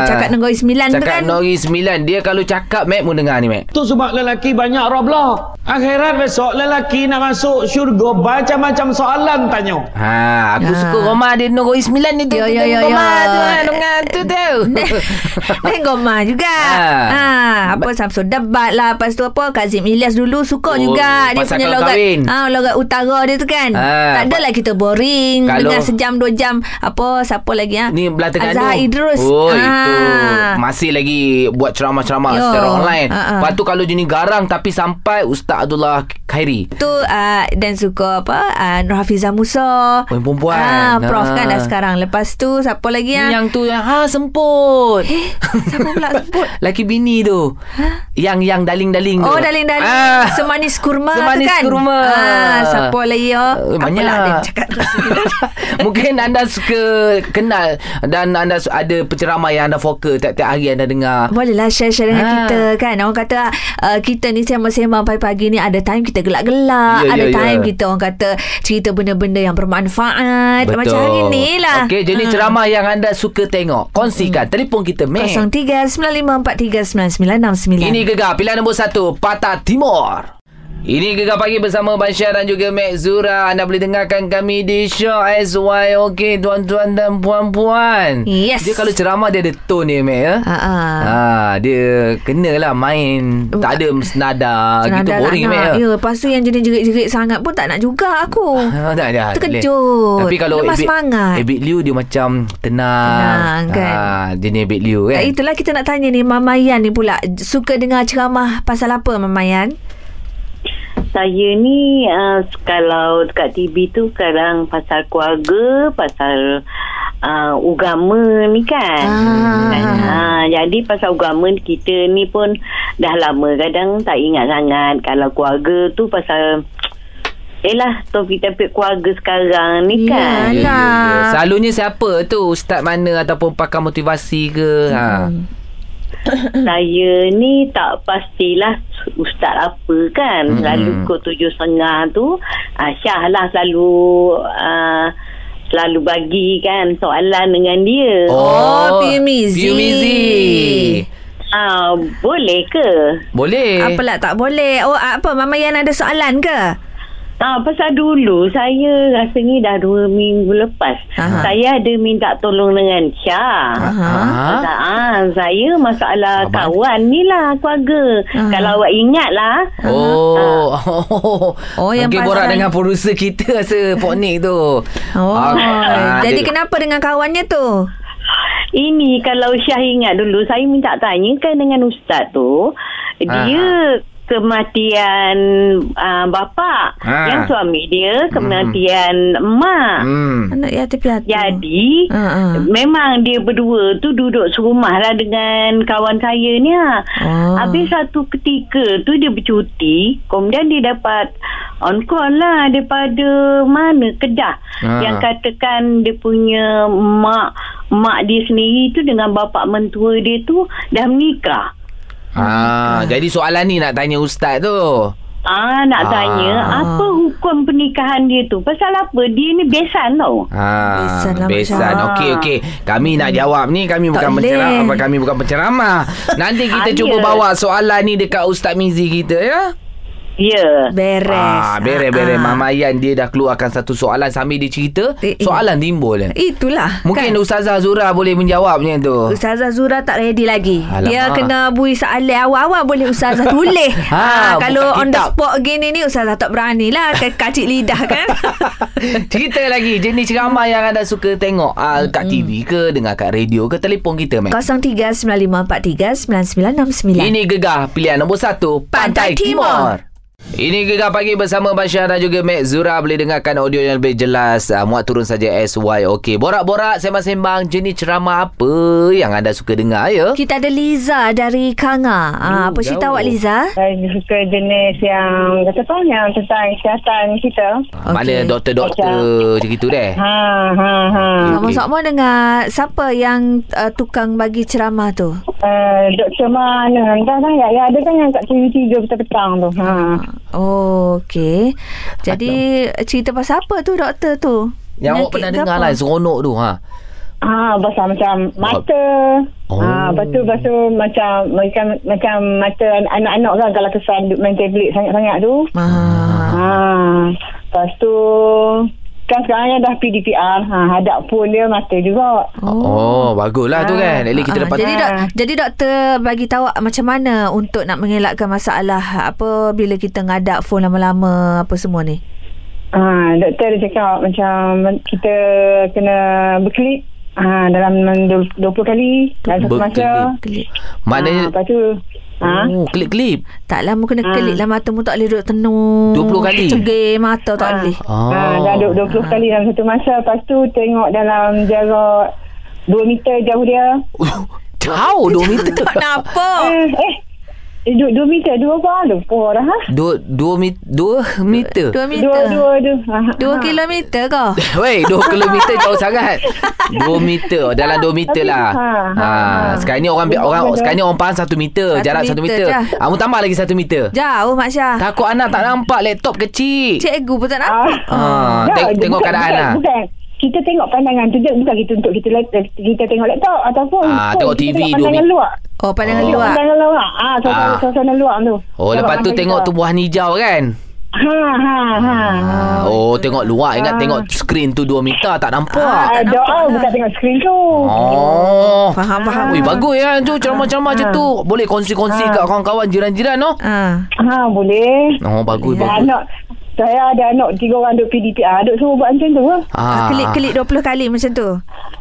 [SPEAKER 3] cakap Negeri Sembilan tu
[SPEAKER 2] Ah, Cakap
[SPEAKER 3] kan.
[SPEAKER 2] Negeri Sembilan Dia kalau cakap Mac mu dengar ni Mac
[SPEAKER 8] Tu sebab lelaki banyak roblok. Akhirat besok lelaki nak masuk syurga macam-macam soalan tanya.
[SPEAKER 2] Ha, aku ha.
[SPEAKER 3] Ah.
[SPEAKER 2] suka Goma dia Negeri Sembilan ni tu.
[SPEAKER 3] Ya,
[SPEAKER 2] tu,
[SPEAKER 3] ya,
[SPEAKER 2] tu,
[SPEAKER 3] ya,
[SPEAKER 2] Goma
[SPEAKER 3] ya.
[SPEAKER 2] tu ha, dengar tu tu.
[SPEAKER 3] Dan Goma juga
[SPEAKER 2] Ah.
[SPEAKER 3] ha. Apa Samsul Debat lah Lepas tu apa Kazim Ilyas dulu Suka oh,
[SPEAKER 2] Oh,
[SPEAKER 3] juga Dia
[SPEAKER 2] pasal
[SPEAKER 3] punya
[SPEAKER 2] kalau
[SPEAKER 3] logat
[SPEAKER 2] kahwin.
[SPEAKER 3] ha, Logat utara dia tu kan
[SPEAKER 2] Ah.
[SPEAKER 3] Tak adalah kita boring
[SPEAKER 2] Kalau-
[SPEAKER 3] kalau, Dengan sejam dua jam Apa Siapa lagi ha?
[SPEAKER 2] Ni belah Terengganu.
[SPEAKER 3] Azhar Idrus
[SPEAKER 2] Oh,
[SPEAKER 3] Ah.
[SPEAKER 2] itu. Masih lagi buat ceramah-ceramah
[SPEAKER 3] Yo.
[SPEAKER 2] secara online.
[SPEAKER 3] Ah, ah.
[SPEAKER 2] Lepas tu kalau jenis garang tapi sampai Ustaz Abdullah Khairi.
[SPEAKER 3] Tu uh, Dan suka apa uh, Nur Hafizah Musa
[SPEAKER 2] Oh, yang perempuan.
[SPEAKER 3] ah, Prof
[SPEAKER 2] Ah.
[SPEAKER 3] kan dah sekarang Lepas tu Siapa lagi
[SPEAKER 2] Yang,
[SPEAKER 3] yang,
[SPEAKER 2] yang tu yang ha semput.
[SPEAKER 3] Eh, siapa pula sebut?
[SPEAKER 2] Laki bini tu. Ha? Yang yang daling-daling tu.
[SPEAKER 3] Oh daling-daling
[SPEAKER 2] Ah.
[SPEAKER 3] Semanis kurma
[SPEAKER 2] Semanis
[SPEAKER 3] tu kan
[SPEAKER 2] kurma.
[SPEAKER 3] ah, Siapa lagi oh?
[SPEAKER 2] Eh,
[SPEAKER 3] Apa
[SPEAKER 2] banyak.
[SPEAKER 3] lah dia cakap
[SPEAKER 2] Mungkin anda suka kenal dan anda su- ada penceramah yang anda fokus tiap-tiap hari anda dengar.
[SPEAKER 3] Bolehlah share-share dengan
[SPEAKER 2] Ah.
[SPEAKER 3] ha. kita kan Orang kata uh, Kita ni sembang-sembang pagi-pagi ni Ada time kita gelak-gelak
[SPEAKER 2] Ya,
[SPEAKER 3] yeah, Ada
[SPEAKER 2] ya, ya.
[SPEAKER 3] yeah, time yeah. kita orang kata Cerita benda-benda yang bermanfaat
[SPEAKER 2] Betul.
[SPEAKER 3] Macam hari ni lah Hmm.
[SPEAKER 2] Okey, jenis ceramah ya. yang anda suka tengok. Kongsikan. Telefon kita, Mek.
[SPEAKER 3] 03-9543-9969
[SPEAKER 2] Ini Gegar, pilihan nombor satu, Patah Timur. Ini Gegar Pagi bersama Bansyah dan juga Mek Zura. Anda boleh dengarkan kami di Show SY. Okey, tuan-tuan dan puan-puan.
[SPEAKER 3] Yes.
[SPEAKER 2] Dia kalau ceramah, dia ada tone dia, Mek. Ya?
[SPEAKER 3] Ah, ah. Oh,
[SPEAKER 2] Ha, dia kenalah main. Tak ada senada. gitu,
[SPEAKER 3] Senada
[SPEAKER 2] boring,
[SPEAKER 3] tak
[SPEAKER 2] Mek.
[SPEAKER 3] nak.
[SPEAKER 2] Ya?
[SPEAKER 3] Ya, lepas tu yang jenis jerit-jerit sangat pun tak nak juga aku.
[SPEAKER 2] Ha, tak ada.
[SPEAKER 3] Terkejut.
[SPEAKER 2] Tapi kalau
[SPEAKER 3] Lemas semangat.
[SPEAKER 2] Ebit Liu dia macam tenang.
[SPEAKER 3] Tenang, kan?
[SPEAKER 2] Ha, jenis Ebit Liu kan.
[SPEAKER 3] Eh, Itulah kita nak tanya ni Mama Yan ni pula Suka dengar ceramah pasal apa Mama Yan?
[SPEAKER 9] Saya ni uh, kalau dekat TV tu sekarang pasal keluarga, pasal uh, agama ni kan.
[SPEAKER 3] Ah.
[SPEAKER 9] Ah, jadi pasal agama kita ni pun dah lama kadang tak ingat sangat kalau keluarga tu pasal Yelah topik topik keluarga sekarang ni kan.
[SPEAKER 3] Yalah.
[SPEAKER 2] Ya, ya,
[SPEAKER 3] Hmm.
[SPEAKER 2] ya. Selalunya siapa tu Ustaz mana Ataupun pakar motivasi ke ha.
[SPEAKER 9] saya ni tak pastilah ustaz apa kan.
[SPEAKER 2] Mm-mm.
[SPEAKER 9] Hmm. Lalu pukul tujuh setengah tu ah, Syah lah selalu ah, selalu bagi kan soalan dengan dia.
[SPEAKER 3] Oh, Piumizi.
[SPEAKER 2] Piumizi.
[SPEAKER 9] Ah, boleh ke?
[SPEAKER 2] Boleh.
[SPEAKER 3] Apa lah tak boleh. Oh, apa Mama Yan ada soalan ke?
[SPEAKER 9] Ah, pasal dulu saya rasanya dah dua minggu lepas.
[SPEAKER 3] Aha.
[SPEAKER 9] Saya ada minta tolong dengan Syah.
[SPEAKER 2] Ha?
[SPEAKER 9] Ha? Ah, saya masalah
[SPEAKER 2] Abang.
[SPEAKER 9] kawan ni lah keluarga.
[SPEAKER 3] Ah.
[SPEAKER 9] Kalau awak ingat lah.
[SPEAKER 2] Oh.
[SPEAKER 3] Oh, yang
[SPEAKER 2] Mungkin
[SPEAKER 3] pasal-
[SPEAKER 2] borak dengan producer kita rasa Poknik tu.
[SPEAKER 3] Oh,
[SPEAKER 2] Ah,
[SPEAKER 3] jadi
[SPEAKER 2] dia-
[SPEAKER 3] kenapa dengan kawannya tu?
[SPEAKER 9] Ini kalau Syah ingat dulu saya minta tanyakan dengan ustaz tu
[SPEAKER 2] Ah,
[SPEAKER 9] dia kematian uh, bapa
[SPEAKER 2] Ah.
[SPEAKER 9] yang suami dia kematian emak.
[SPEAKER 2] Hmm.
[SPEAKER 3] Anak yatim piatu.
[SPEAKER 9] Jadi
[SPEAKER 3] Ah, ah.
[SPEAKER 9] memang dia berdua tu duduk serumah lah dengan kawan saya ni. ah.
[SPEAKER 3] Ah.
[SPEAKER 9] Habis satu ketika tu dia bercuti, kemudian dia dapat on call lah daripada mana Kedah.
[SPEAKER 2] Ah.
[SPEAKER 9] Yang katakan dia punya mak mak dia sendiri tu dengan bapa mentua dia tu dah menikah.
[SPEAKER 2] Ah, jadi soalan ni nak tanya ustaz tu.
[SPEAKER 9] Ah nak
[SPEAKER 2] Ah.
[SPEAKER 9] tanya apa hukum pernikahan dia tu? Pasal apa? Dia ni besan tau.
[SPEAKER 2] Ha,
[SPEAKER 3] Besan lah, Mak
[SPEAKER 2] besan.
[SPEAKER 3] Syah.
[SPEAKER 2] Okey okey. Kami nak jawab ni kami
[SPEAKER 3] Tak
[SPEAKER 2] bukan
[SPEAKER 3] boleh.
[SPEAKER 2] penceramah apa kami bukan penceramah. Nanti kita
[SPEAKER 9] Ah,
[SPEAKER 2] cuba
[SPEAKER 9] ya.
[SPEAKER 2] bawa soalan ni dekat Ustaz Mizi kita ya.
[SPEAKER 9] Ya. Yeah.
[SPEAKER 3] Beres.
[SPEAKER 2] Ah, beres-beres
[SPEAKER 3] Ah, ah.
[SPEAKER 2] Mama Yan dia dah keluarkan satu soalan sambil dia cerita,
[SPEAKER 3] Eh, eh.
[SPEAKER 2] soalan timbul. Eh.
[SPEAKER 3] Itulah.
[SPEAKER 2] Mungkin
[SPEAKER 3] kan?
[SPEAKER 2] Ustazah Zura boleh menjawabnya tu.
[SPEAKER 3] Ustazah Zura tak ready lagi.
[SPEAKER 2] Alamak.
[SPEAKER 3] Dia kena bui soalan awal-awal boleh Ustazah tulis. ha,
[SPEAKER 2] Ha,
[SPEAKER 3] kalau
[SPEAKER 2] buka
[SPEAKER 3] on the
[SPEAKER 2] kitab.
[SPEAKER 3] spot gini ni Ustazah tak berani lah. K- kacik lidah kan.
[SPEAKER 2] Cerita lagi jenis ceramah yang anda suka tengok ah, kat TV ke dengar kat radio ke telefon kita meh.
[SPEAKER 3] 0395439969.
[SPEAKER 2] Ini gegar pilihan nombor satu
[SPEAKER 3] Pantai
[SPEAKER 2] Pantai, Timur.
[SPEAKER 3] Timur.
[SPEAKER 2] Ini Gegar Pagi bersama Bashar dan juga Mek Zura Boleh dengarkan audio yang lebih jelas uh, Muat turun saja SY OK Borak-borak, sembang-sembang Jenis ceramah apa yang anda suka dengar ya
[SPEAKER 3] Kita ada Liza dari Kanga. Ha,
[SPEAKER 2] Oh,
[SPEAKER 3] apa cerita
[SPEAKER 2] jauh.
[SPEAKER 3] awak Liza?
[SPEAKER 10] Saya suka jenis yang kata tu yang tentang kesihatan kita.
[SPEAKER 2] okay. Mana
[SPEAKER 3] okey.
[SPEAKER 2] doktor-doktor macam itu deh
[SPEAKER 10] Ha ha ha.
[SPEAKER 3] Ah, Sama-sama dengan siapa yang uh, tukang bagi ceramah tu?
[SPEAKER 10] Uh, doktor mana? Entah lah. Ya, ya ada kan yang kat TV3 petang-petang tu. Ha.
[SPEAKER 3] Ah, Oh, okey. Jadi cerita pasal apa tu doktor tu?
[SPEAKER 2] Yang awak
[SPEAKER 3] Penyakit
[SPEAKER 2] pernah
[SPEAKER 3] ke
[SPEAKER 2] dengar
[SPEAKER 3] apa?
[SPEAKER 2] lah Seronok tu ha.
[SPEAKER 10] Ah, pasal macam mata. Oh.
[SPEAKER 2] Oh.
[SPEAKER 10] Ah, lepas tu, lepas tu macam, macam, macam mata anak-anak kan kalau kesan duk main tablet sangat-sangat tu.
[SPEAKER 3] Ah.
[SPEAKER 10] Ah, lepas tu kan sekarang dah PDPR. Ha, hadap pun dia mata juga.
[SPEAKER 2] Oh, bagus lah tu kan At least kita
[SPEAKER 3] Ah,
[SPEAKER 2] dapat
[SPEAKER 3] jadi dok, jadi doktor bagi tahu macam mana untuk nak mengelakkan masalah apa bila kita ngadak phone lama-lama apa semua ni.
[SPEAKER 10] Ha, doktor dia cakap macam kita kena berkelip ha, dalam 20 kali dalam satu masa.
[SPEAKER 3] Kelip.
[SPEAKER 10] Ha,
[SPEAKER 2] Maknanya
[SPEAKER 10] lepas tu ha,
[SPEAKER 2] Oh, klip-klip
[SPEAKER 3] Taklah mu kena
[SPEAKER 10] Ah.
[SPEAKER 3] kelip lah mata mu tak boleh duduk tenung.
[SPEAKER 2] 20 kali?
[SPEAKER 3] Cegil mata tak
[SPEAKER 10] Ah.
[SPEAKER 3] boleh.
[SPEAKER 10] oh. ha,
[SPEAKER 2] Oh.
[SPEAKER 10] dah du- 20 kali dalam satu masa. Lepas tu tengok dalam jarak 2 meter jauh dia.
[SPEAKER 2] Oh, Jauh 2 meter
[SPEAKER 3] Tak kenapa.
[SPEAKER 10] Eh, eh. Eh, 2 meter, 2 apa? Lupa dah ha?
[SPEAKER 2] 2 meter 2 meter
[SPEAKER 3] Dua
[SPEAKER 10] Dua,
[SPEAKER 3] meter.
[SPEAKER 10] dua, dua. Ha,
[SPEAKER 3] Dua
[SPEAKER 10] ha.
[SPEAKER 3] kilometer ke?
[SPEAKER 2] Weh, 2 kilometer jauh sangat. 2 meter, oh, dalam 2 meter
[SPEAKER 10] Tapi, ha,
[SPEAKER 2] lah. Ha,
[SPEAKER 10] ha, ha.
[SPEAKER 2] sekarang ni orang orang
[SPEAKER 10] Betul.
[SPEAKER 2] sekarang ni orang faham 1 meter,
[SPEAKER 3] Satu
[SPEAKER 2] jarak 1 meter.
[SPEAKER 3] meter dah.
[SPEAKER 2] Ah, mu tambah lagi 1 meter.
[SPEAKER 3] Jauh Mak Syah.
[SPEAKER 2] Takut anak tak nampak laptop kecil.
[SPEAKER 3] Cikgu pun tak nampak.
[SPEAKER 2] Ha,
[SPEAKER 10] Ah.
[SPEAKER 2] tengok,
[SPEAKER 10] bukan-
[SPEAKER 2] tengok keadaan
[SPEAKER 10] bukan,
[SPEAKER 2] lah.
[SPEAKER 10] Bukan. Kita tengok pandangan tu je bukan kita untuk kita laptop, kita tengok laptop ataupun
[SPEAKER 2] Ah,
[SPEAKER 10] phone.
[SPEAKER 2] tengok
[SPEAKER 10] Kita
[SPEAKER 2] TV,
[SPEAKER 10] tengok pandangan
[SPEAKER 2] dua-
[SPEAKER 10] luar.
[SPEAKER 3] Oh pandangan
[SPEAKER 2] Oh.
[SPEAKER 10] Tengok
[SPEAKER 3] luar.
[SPEAKER 10] Pandangan luar. Ah, suasana,
[SPEAKER 2] Ah.
[SPEAKER 10] suasana luar tu.
[SPEAKER 2] Oh, lepas tu
[SPEAKER 10] mata
[SPEAKER 2] tengok
[SPEAKER 10] kita.
[SPEAKER 2] tumbuhan hijau kan?
[SPEAKER 10] Ha ha ha.
[SPEAKER 2] Ah, oh, tengok luar. Ingat tengok skrin tu 2 meter tak
[SPEAKER 10] Ah,
[SPEAKER 2] nampak.
[SPEAKER 3] Ah. tak nampak
[SPEAKER 10] doa
[SPEAKER 3] lah.
[SPEAKER 10] bukan tengok skrin tu.
[SPEAKER 2] Oh.
[SPEAKER 3] Faham faham.
[SPEAKER 2] Ui, bagus ya tu ceramah-ceramah
[SPEAKER 10] Ah.
[SPEAKER 2] macam tu. Boleh kongsi-kongsi kat kawan-kawan jiran-jiran no.
[SPEAKER 3] Ah.
[SPEAKER 10] Ha, boleh.
[SPEAKER 2] Oh,
[SPEAKER 10] Dah
[SPEAKER 2] bagus bagus.
[SPEAKER 10] anak saya ada anak tiga orang duk PDPR. Duk semua buat macam tu. ah.
[SPEAKER 2] Ah.
[SPEAKER 3] Kelip-kelip 20 kali macam tu.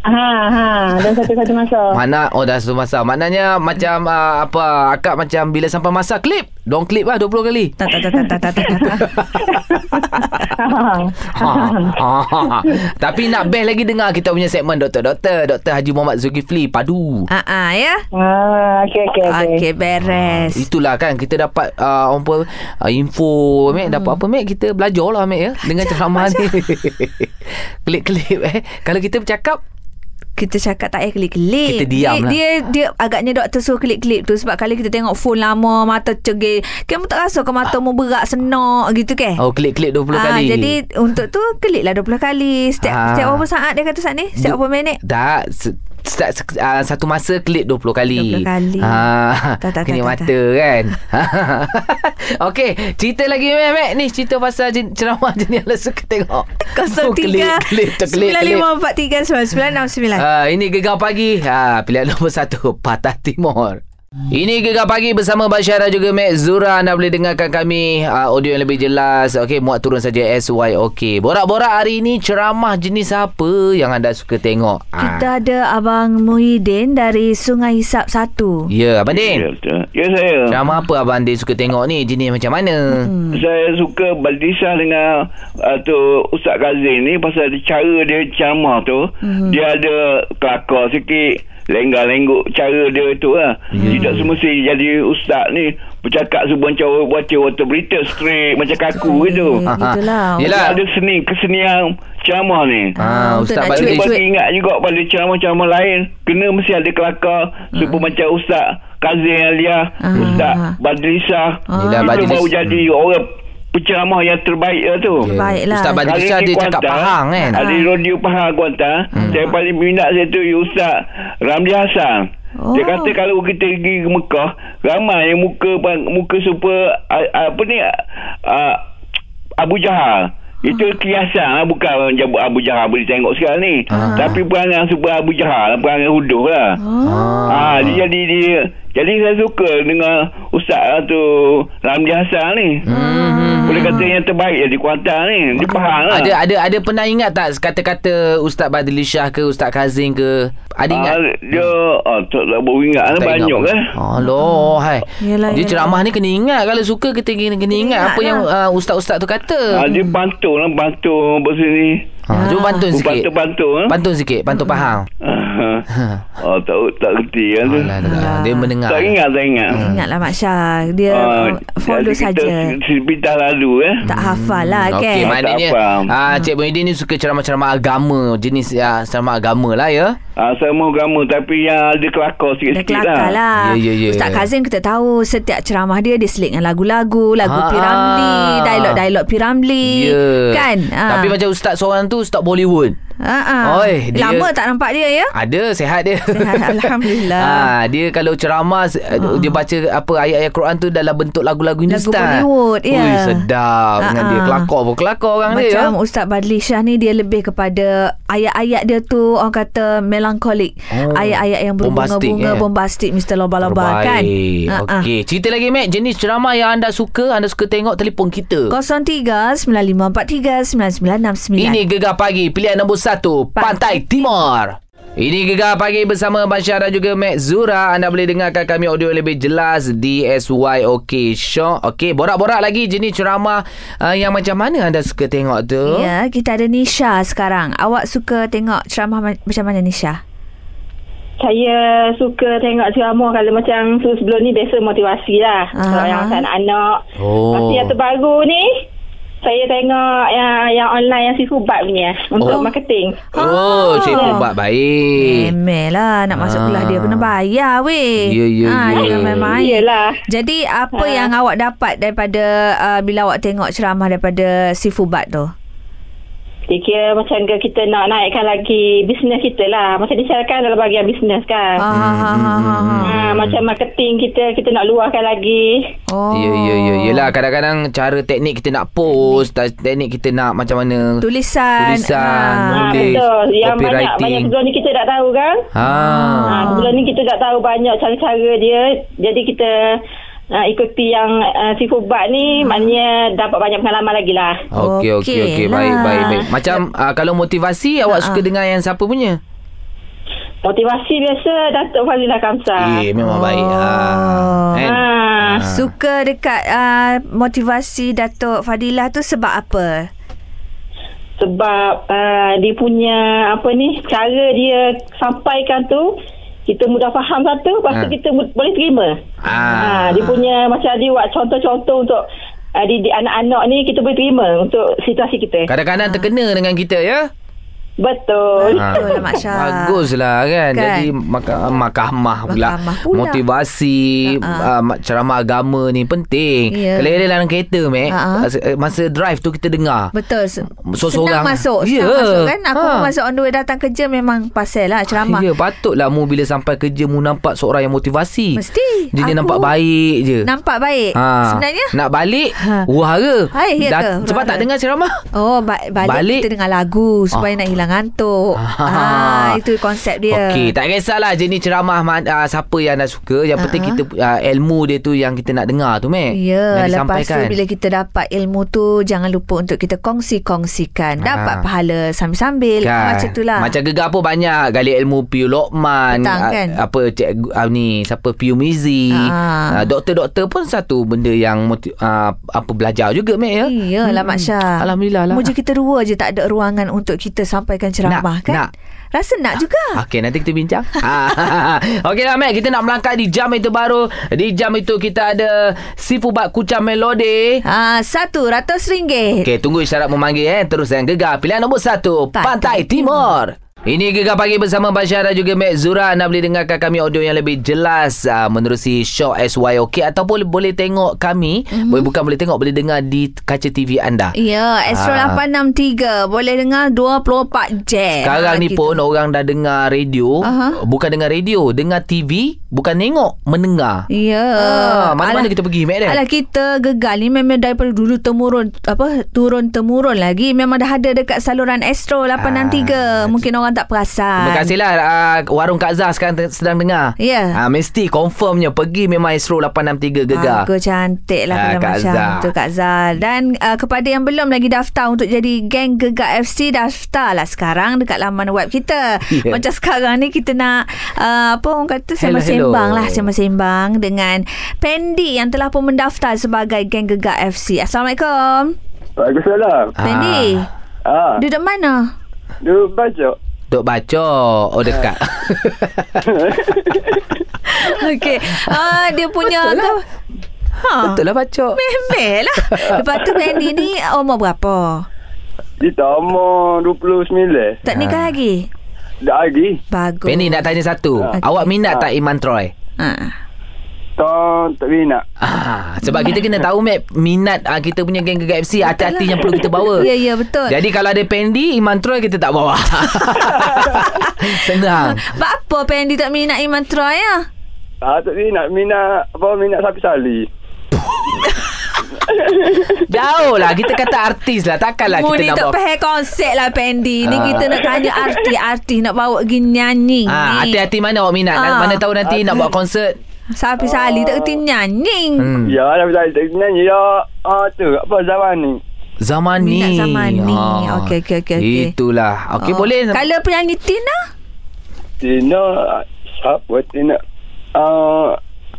[SPEAKER 10] Ha ha. Dan satu-satu masa.
[SPEAKER 2] Mana oh dah satu masa. Maknanya macam uh, apa akak macam bila sampai masa klip, dong klip lah 20 kali.
[SPEAKER 3] Tak tak tak tak tak tak tak. tak.
[SPEAKER 2] Ha, ha, ha. Tapi nak best lagi dengar kita punya segmen doktor-doktor Dr. Haji Muhammad Zulkifli Padu.
[SPEAKER 3] Ah ah ya.
[SPEAKER 10] Ah, okey okey okey.
[SPEAKER 3] Okey beres.
[SPEAKER 2] Itulah kan kita dapat uh, orang apa uh, info mek dapat apa mek kita belajar lah mek ya dengan ceramah ni. Klip-klip eh. Kalau kita bercakap
[SPEAKER 3] kita cakap tak payah kelik-kelik.
[SPEAKER 2] Kita
[SPEAKER 3] dia, Eh,
[SPEAKER 2] diam lah.
[SPEAKER 3] Dia, dia agaknya doktor suruh kelik-kelik tu sebab kali kita tengok phone lama, mata cegil. Kamu tak rasa ke mata mu berat, senak gitu ke?
[SPEAKER 2] Oh, klik-klik 20
[SPEAKER 3] Ah,
[SPEAKER 2] kali.
[SPEAKER 3] Jadi untuk tu keliklah 20 kali. Setiap,
[SPEAKER 2] Ah.
[SPEAKER 3] setiap berapa saat dia kata saat ni? Setiap berapa minit?
[SPEAKER 2] Tak se- Start, se- uh, satu masa klik 20
[SPEAKER 3] 20
[SPEAKER 2] kali
[SPEAKER 3] kali.
[SPEAKER 2] ha,
[SPEAKER 3] Tak, tak, tak, tak,
[SPEAKER 2] Kena mata kan Okey Cerita lagi Mek Mek Ni cerita pasal jen- ceramah jenis Yang suka tengok Oh, Klik Klik terkelik klik.
[SPEAKER 3] 03 9543 9969.
[SPEAKER 2] Ah, ini Gegar Pagi. Ha, pilihan nombor satu, Patah Timur. Ini Gegar Pagi bersama Basyara juga Mek Zura. Anda boleh dengarkan kami uh, audio yang lebih jelas. Okey, muat turun saja SYOK. Borak-borak hari ini ceramah jenis apa yang anda suka tengok? Ah,
[SPEAKER 3] Kita ada Abang Muhyiddin dari Sungai Hisap 1.
[SPEAKER 2] Ya, Abang Din.
[SPEAKER 11] Ya saya.
[SPEAKER 2] Ceramah apa Abang Din suka tengok ni? Jenis macam mana? Hmm.
[SPEAKER 11] Saya suka berdisah dengan uh, tu Ustaz Kazim ni pasal cara dia ceramah tu.
[SPEAKER 12] Mhm.
[SPEAKER 11] Dia ada kelakar sikit. Lenggak-lengguk cara dia tu lah. Tidak semesti jadi ustaz ni bercakap sebuah macam orang baca water berita straight macam kaku gitu.
[SPEAKER 12] gitulah.
[SPEAKER 11] Yelah. Ada seni kesenian ceramah ni.
[SPEAKER 2] Ah,
[SPEAKER 12] Untuk Ustaz nak Badri. cuit-cuit.
[SPEAKER 11] Lepas ni ingat juga pada ceramah-ceramah lain kena mesti ada kelakar
[SPEAKER 12] Ah.
[SPEAKER 11] sebab macam ustaz Kazim Alia, ustaz Badrisah.
[SPEAKER 12] Ah.
[SPEAKER 2] Yelah,
[SPEAKER 11] Itu
[SPEAKER 2] Badris-
[SPEAKER 11] baru jadi orang penceramah yang terbaik lah tu.
[SPEAKER 12] Ya.
[SPEAKER 2] Terbaiklah. Ustaz Badri
[SPEAKER 11] Hari
[SPEAKER 2] Shah
[SPEAKER 11] ni
[SPEAKER 2] dia cakap
[SPEAKER 11] Kuantan,
[SPEAKER 2] Pahang kan? Hmm.
[SPEAKER 11] Ada
[SPEAKER 2] Ah.
[SPEAKER 11] radio Pahang Kuantan. Saya paling minat saya tu ya, Ustaz Ramli Hassan. Dia
[SPEAKER 12] Oh.
[SPEAKER 11] kata kalau kita pergi ke Mekah, ramai yang muka muka super ah, ah, apa ni ah, Abu Jahal. Itu
[SPEAKER 2] Hmm.
[SPEAKER 11] kiasan lah. Bukan jabut Abu Jahal boleh tengok sekarang ni.
[SPEAKER 2] Ah.
[SPEAKER 11] Tapi perangai super Abu Jahal. Perangai huduh lah. Ah. Ha, dia jadi dia. Jadi saya suka dengan Ustaz lah tu Ramli Hassan ni. Hmm. Boleh kata yang terbaik jadi Kuantan ni. Dia faham lah.
[SPEAKER 2] Ada ada ada pernah ingat tak kata-kata Ustaz Badli Shah ke Ustaz Kazim ke? Ada ingat?
[SPEAKER 11] Ah, dia ah, tak tak boleh ingat lah
[SPEAKER 2] Tak ingat
[SPEAKER 11] banyak
[SPEAKER 2] pun.
[SPEAKER 11] kan.
[SPEAKER 2] Aloh, hai.
[SPEAKER 11] Yelah,
[SPEAKER 2] dia
[SPEAKER 11] yelah.
[SPEAKER 2] ceramah ni kena ingat kalau suka kita kena, kena ingat apa yang
[SPEAKER 3] lah.
[SPEAKER 2] uh, ustaz-ustaz tu kata.
[SPEAKER 11] Ah, dia pantun lah. Pantun apa sini.
[SPEAKER 3] Ah.
[SPEAKER 2] Ha, cuba pantun sikit.
[SPEAKER 11] Pantun-pantun. Ha?
[SPEAKER 2] Pantun sikit, pantun
[SPEAKER 3] Hmm.
[SPEAKER 2] Pahang.
[SPEAKER 11] oh, tak, tak kerti kan tu.
[SPEAKER 2] Dia mendengar.
[SPEAKER 11] Tak ingat, tak ingat.
[SPEAKER 2] Ya.
[SPEAKER 3] Ingatlah Mak Syah. Dia
[SPEAKER 11] Ah,
[SPEAKER 3] uh, follow saja.
[SPEAKER 11] Sepintas lalu eh.
[SPEAKER 3] Tak hafal lah kan.
[SPEAKER 2] Hmm,
[SPEAKER 3] Hmm.
[SPEAKER 2] Okey, maknanya ah Cik Muhyiddin ni suka ceramah-ceramah agama, jenis ah, ceramah agama lah ya.
[SPEAKER 11] Ah sama agama tapi yang ada kelakar
[SPEAKER 3] Dah kelakar lah.
[SPEAKER 2] Ya, ya, ya.
[SPEAKER 3] Ustaz Kazim kita tahu setiap ceramah dia dia selit dengan lagu-lagu, lagu
[SPEAKER 2] Ah.
[SPEAKER 3] Piramli, dialog-dialog Piramli.
[SPEAKER 2] Ya.
[SPEAKER 3] Kan?
[SPEAKER 2] Tapi macam ustaz seorang tu ustaz Bollywood.
[SPEAKER 3] Ah.
[SPEAKER 2] Oi, dia-
[SPEAKER 3] Lama tak nampak dia ya?
[SPEAKER 2] Ada sehat dia.
[SPEAKER 3] Sehat, Alhamdulillah. Ah.
[SPEAKER 2] Ah, dia kalau ceramah uh dia baca apa ayat-ayat Quran tu dalam bentuk lagu-lagu Hindustan.
[SPEAKER 3] Bollywood, ya.
[SPEAKER 2] Ui, sedap dengan
[SPEAKER 3] Ah,
[SPEAKER 2] dia.
[SPEAKER 3] ah.
[SPEAKER 2] Kelakar pun kelakar orang
[SPEAKER 3] Macam
[SPEAKER 2] dia. ya.
[SPEAKER 3] Ustaz Badli Shah ni dia lebih kepada ayat-ayat dia tu orang kata melankolik.
[SPEAKER 2] Oh.
[SPEAKER 3] Ayat-ayat yang berbunga-bunga,
[SPEAKER 2] Bombastik, eh?
[SPEAKER 3] bombastik, Mr. Loba-Loba
[SPEAKER 2] Terbaik.
[SPEAKER 3] kan. Ah, ah.
[SPEAKER 2] Okey, cerita lagi Mac jenis ceramah yang anda suka, anda suka tengok telefon kita.
[SPEAKER 3] 03-9543-9969
[SPEAKER 2] Ini Gegar Pagi Pilihan nombor 1 Pantai Timur ini Gegar Pagi bersama Bashar dan juga Mek Zura. Anda boleh dengarkan kami audio lebih jelas di SYOK Show. Okey, borak-borak lagi jenis ceramah uh, yang macam mana anda suka tengok tu?
[SPEAKER 3] Ya, kita ada Nisha sekarang. Awak suka tengok ceramah ma- macam mana Nisha?
[SPEAKER 13] Saya suka tengok ceramah kalau macam tu sebelum ni biasa motivasi lah.
[SPEAKER 3] Ah.
[SPEAKER 13] Kalau yang pasal anak-anak.
[SPEAKER 2] Oh.
[SPEAKER 13] Lepas tu yang terbaru ni, saya tengok yang, yang online yang Sifu Bat punya. ya, Untuk
[SPEAKER 2] Oh.
[SPEAKER 13] marketing.
[SPEAKER 3] Ah.
[SPEAKER 2] Oh, cikgu buat baik.
[SPEAKER 3] Memel lah nak masuk
[SPEAKER 2] Ah.
[SPEAKER 3] kelas dia kena bayar weh.
[SPEAKER 2] Ya, ya,
[SPEAKER 3] Ah,
[SPEAKER 2] ya.
[SPEAKER 3] Jangan main-main. Yalah. Jadi
[SPEAKER 13] Ha.
[SPEAKER 3] apa yang awak dapat daripada uh, bila awak tengok ceramah daripada Sifubat tu?
[SPEAKER 13] Dia kira macam ke kita nak naikkan lagi bisnes kita lah. Macam dicarakan dalam bahagian bisnes kan.
[SPEAKER 3] Ah,
[SPEAKER 1] ha,
[SPEAKER 3] ah, ah,
[SPEAKER 13] Ah, macam marketing kita, kita nak luahkan lagi.
[SPEAKER 3] Oh.
[SPEAKER 2] Ya, ya, ya. Yelah, kadang-kadang cara teknik kita nak post, teknik, teknik kita nak macam mana.
[SPEAKER 3] Tulisan.
[SPEAKER 2] Tulisan,
[SPEAKER 13] Ah,
[SPEAKER 2] tulis,
[SPEAKER 13] betul. Yang banyak, banyak
[SPEAKER 2] copywriting.
[SPEAKER 13] sebelum ni kita tak tahu kan.
[SPEAKER 2] Ah.
[SPEAKER 13] Ha, sebelum ni kita tak tahu banyak cara-cara dia. Jadi kita uh, ikuti yang uh, si Fubat ni maknanya dapat banyak pengalaman lagi lah.
[SPEAKER 2] Okey okey
[SPEAKER 3] lah.
[SPEAKER 2] okey baik baik baik. Macam uh, kalau motivasi
[SPEAKER 3] Ah.
[SPEAKER 2] awak suka dengar yang siapa punya?
[SPEAKER 13] Motivasi biasa Datuk Fazila Kamsa.
[SPEAKER 2] Eh memang baik. Ha. Kan?
[SPEAKER 13] Ah.
[SPEAKER 3] Oh. Suka dekat uh, motivasi Datuk Fadilah tu sebab apa?
[SPEAKER 13] Sebab uh, dia punya apa ni, cara dia sampaikan tu kita mudah faham satu, lepas tu
[SPEAKER 2] Ah.
[SPEAKER 13] kita mu- boleh terima. Ah.
[SPEAKER 2] Ah.
[SPEAKER 13] dia punya macam dia buat contoh-contoh untuk uh, di, di anak-anak ni kita boleh terima untuk situasi kita.
[SPEAKER 2] Kadang-kadang terkena dengan kita ya. Ah.
[SPEAKER 13] Betul.
[SPEAKER 3] Ah. Betul lah Mak Syah.
[SPEAKER 2] Baguslah kan.
[SPEAKER 3] Kan?
[SPEAKER 2] kan? Jadi maka, mahkamah pula.
[SPEAKER 3] Mahkamah pula. Ah,
[SPEAKER 2] Motivasi uh-huh. uh, ceramah agama ni penting.
[SPEAKER 3] Ya.
[SPEAKER 2] Kalau ada dalam kereta mek
[SPEAKER 3] Ha-ha.
[SPEAKER 2] uh-huh. masa drive tu kita dengar.
[SPEAKER 3] Betul. Se- Senang
[SPEAKER 2] Seorang-seorang.
[SPEAKER 3] masuk.
[SPEAKER 2] Ya.
[SPEAKER 3] Senang masuk kan. Aku
[SPEAKER 2] Ha.
[SPEAKER 3] ha. masuk on the way datang kerja memang pasal lah ceramah.
[SPEAKER 2] Ya, patutlah mu bila sampai kerja mu nampak seorang yang motivasi.
[SPEAKER 3] Mesti.
[SPEAKER 2] Dia ni
[SPEAKER 3] Aku
[SPEAKER 2] nampak baik je.
[SPEAKER 3] Nampak baik.
[SPEAKER 2] Ha.
[SPEAKER 3] Sebenarnya. Ha.
[SPEAKER 2] Nak balik Wahara
[SPEAKER 3] Hai, ya ke?
[SPEAKER 2] Sebab tak dengar ceramah
[SPEAKER 3] Oh, ba- balik,
[SPEAKER 2] Balik. Ah.
[SPEAKER 3] balik kita dengar lagu supaya nak hilang ngantuk. Ah, itu konsep dia.
[SPEAKER 2] Okey, tak kisahlah jenis ceramah man, uh, siapa yang anda suka. Yang penting kita uh, ilmu dia tu yang kita nak dengar tu, Mek.
[SPEAKER 3] Ya, lepas tu
[SPEAKER 2] Yang disampaikan.
[SPEAKER 3] bila kita dapat ilmu tu jangan lupa untuk kita kongsi-kongsikan. Dapat
[SPEAKER 2] Ah.
[SPEAKER 3] pahala sambil-sambil. ah, Macam lah. itulah.
[SPEAKER 2] Kan. Macam gegar pun banyak Gali ilmu Piu Lokman
[SPEAKER 3] Petang,
[SPEAKER 2] ah,
[SPEAKER 3] kan?
[SPEAKER 2] Apa cik, uh, ni Siapa Piu Mizi
[SPEAKER 3] Ah.
[SPEAKER 2] ah, Doktor-doktor pun satu benda yang moti- ah, Apa belajar juga Mek ya
[SPEAKER 3] Iyalah hmm. Mak Syah
[SPEAKER 2] Alhamdulillah lah
[SPEAKER 3] Muja kita dua je tak ada ruangan untuk kita sampaikan ceramah
[SPEAKER 2] Nak,
[SPEAKER 3] kan
[SPEAKER 2] nak.
[SPEAKER 3] Rasa nak juga
[SPEAKER 2] Okey, nanti kita bincang. Ah, Okey lah, Mac. Kita nak melangkah di jam itu baru. Di jam itu kita ada Sifubat Kucang Melode.
[SPEAKER 3] Ah, satu ratus ringgit.
[SPEAKER 2] Okey, tunggu isyarat memanggil eh. Terus dengan Gegar. Pilihan nombor satu, Pantai, Timur. Ini Gegar Pagi bersama Bashar dan juga Mek Zura. Anda boleh dengarkan kami audio yang lebih jelas uh, menerusi Show SYOK ataupun boleh tengok kami. Mm-hmm. Boleh bukan boleh tengok, boleh dengar di kaca TV anda.
[SPEAKER 3] Mhm. Ya, Astro
[SPEAKER 2] Ah.
[SPEAKER 3] 863 boleh dengar 24 jam.
[SPEAKER 2] Sekarang
[SPEAKER 3] Ah,
[SPEAKER 2] ni
[SPEAKER 3] gitu.
[SPEAKER 2] pun orang dah dengar radio,
[SPEAKER 3] Aha.
[SPEAKER 2] bukan dengar radio, dengar TV, bukan tengok, mendengar.
[SPEAKER 3] Ya.
[SPEAKER 2] Ah, mana-mana
[SPEAKER 3] Alah-
[SPEAKER 2] kita pergi, Mek Dek?
[SPEAKER 3] Alah kita gegar ni memang daripada dulu temurun apa turun temurun lagi memang dah ada dekat saluran Astro 863. Mungkin orang tak perasan.
[SPEAKER 2] Ah, Terima kasihlah uh, Warung Kak Zah sekarang te- sedang dengar
[SPEAKER 3] Ya.
[SPEAKER 2] Ah, Mesti confirmnya Pergi memang Astro 863 Gegar
[SPEAKER 3] Aku cantik Ah,
[SPEAKER 2] Ah,
[SPEAKER 3] lah ha,
[SPEAKER 2] Kak
[SPEAKER 3] Kak Zal.
[SPEAKER 2] Zal.
[SPEAKER 3] Tu Kak Zal. Dan uh, kepada yang belum lagi daftar untuk jadi geng Gegar FC, daftar lah sekarang dekat laman web kita.
[SPEAKER 1] Ya.
[SPEAKER 3] Yeah. Macam sekarang ni kita nak, uh, apa orang kata,
[SPEAKER 1] Hello,
[SPEAKER 3] sembang-sembang
[SPEAKER 1] hello.
[SPEAKER 3] lah. Sembang-sembang dengan Pendi yang telah pun mendaftar sebagai geng Gegar FC. Assalamualaikum.
[SPEAKER 12] Waalaikumsalam.
[SPEAKER 3] Pendi,
[SPEAKER 12] Ah.
[SPEAKER 3] duduk mana?
[SPEAKER 12] Duduk bajak.
[SPEAKER 2] Duk baca Oh dekat
[SPEAKER 3] Okey. Uh, dia punya... Betul lah. Ha.
[SPEAKER 2] Betul lah baca.
[SPEAKER 3] Memel lah. Lepas tu Pendi ni umur berapa?
[SPEAKER 12] Kita umur 29.
[SPEAKER 3] Tak nikah lagi?
[SPEAKER 12] Dah lagi.
[SPEAKER 3] Bagus.
[SPEAKER 2] Penny Ah. nak tanya satu Awak minat tak Iman Troy?
[SPEAKER 3] Ha.
[SPEAKER 12] Tak, tak minat.
[SPEAKER 2] Ah, sebab kita kena tahu Mek Minat ah, kita punya geng Gegar FC Hati-hati yang perlu kita
[SPEAKER 3] lah.
[SPEAKER 2] bawa
[SPEAKER 3] Ya, ya, betul.
[SPEAKER 2] Jadi kalau ada Pendi Iman Troy kita tak bawa Senang
[SPEAKER 3] Sebab apa Pendi tak minat Iman Troy ya?
[SPEAKER 12] Ah, tak minat. Minat, apa, minat sapi sali.
[SPEAKER 2] Jauh lah Kita kata artis lah Takkanlah
[SPEAKER 3] Mu
[SPEAKER 2] kita
[SPEAKER 3] ni
[SPEAKER 2] nak
[SPEAKER 3] tak
[SPEAKER 2] bawa
[SPEAKER 3] faham konsep lah Pendi. Ni
[SPEAKER 2] Ah.
[SPEAKER 3] kita nak tanya arti-arti nak bawa pergi nyanyi ni.
[SPEAKER 2] Ah, hati-hati mana awak minat.
[SPEAKER 3] Ah.
[SPEAKER 2] Mana tahu nanti nak buat konsert.
[SPEAKER 3] Sapi sali tak kerti nyanyi.
[SPEAKER 2] Hmm.
[SPEAKER 12] Ya, sapi sali. Tak nyanyi. Ya, ah, tu. Apa, zaman ni.
[SPEAKER 2] Zaman ni. Ah.
[SPEAKER 3] Minat zaman ni. Okey, okey, okey, okey.
[SPEAKER 2] Itulah. Okey, oh. boleh.
[SPEAKER 3] Kalau penyanyi lah, Tina?
[SPEAKER 12] Tina, ah, siapa Tina? Ah,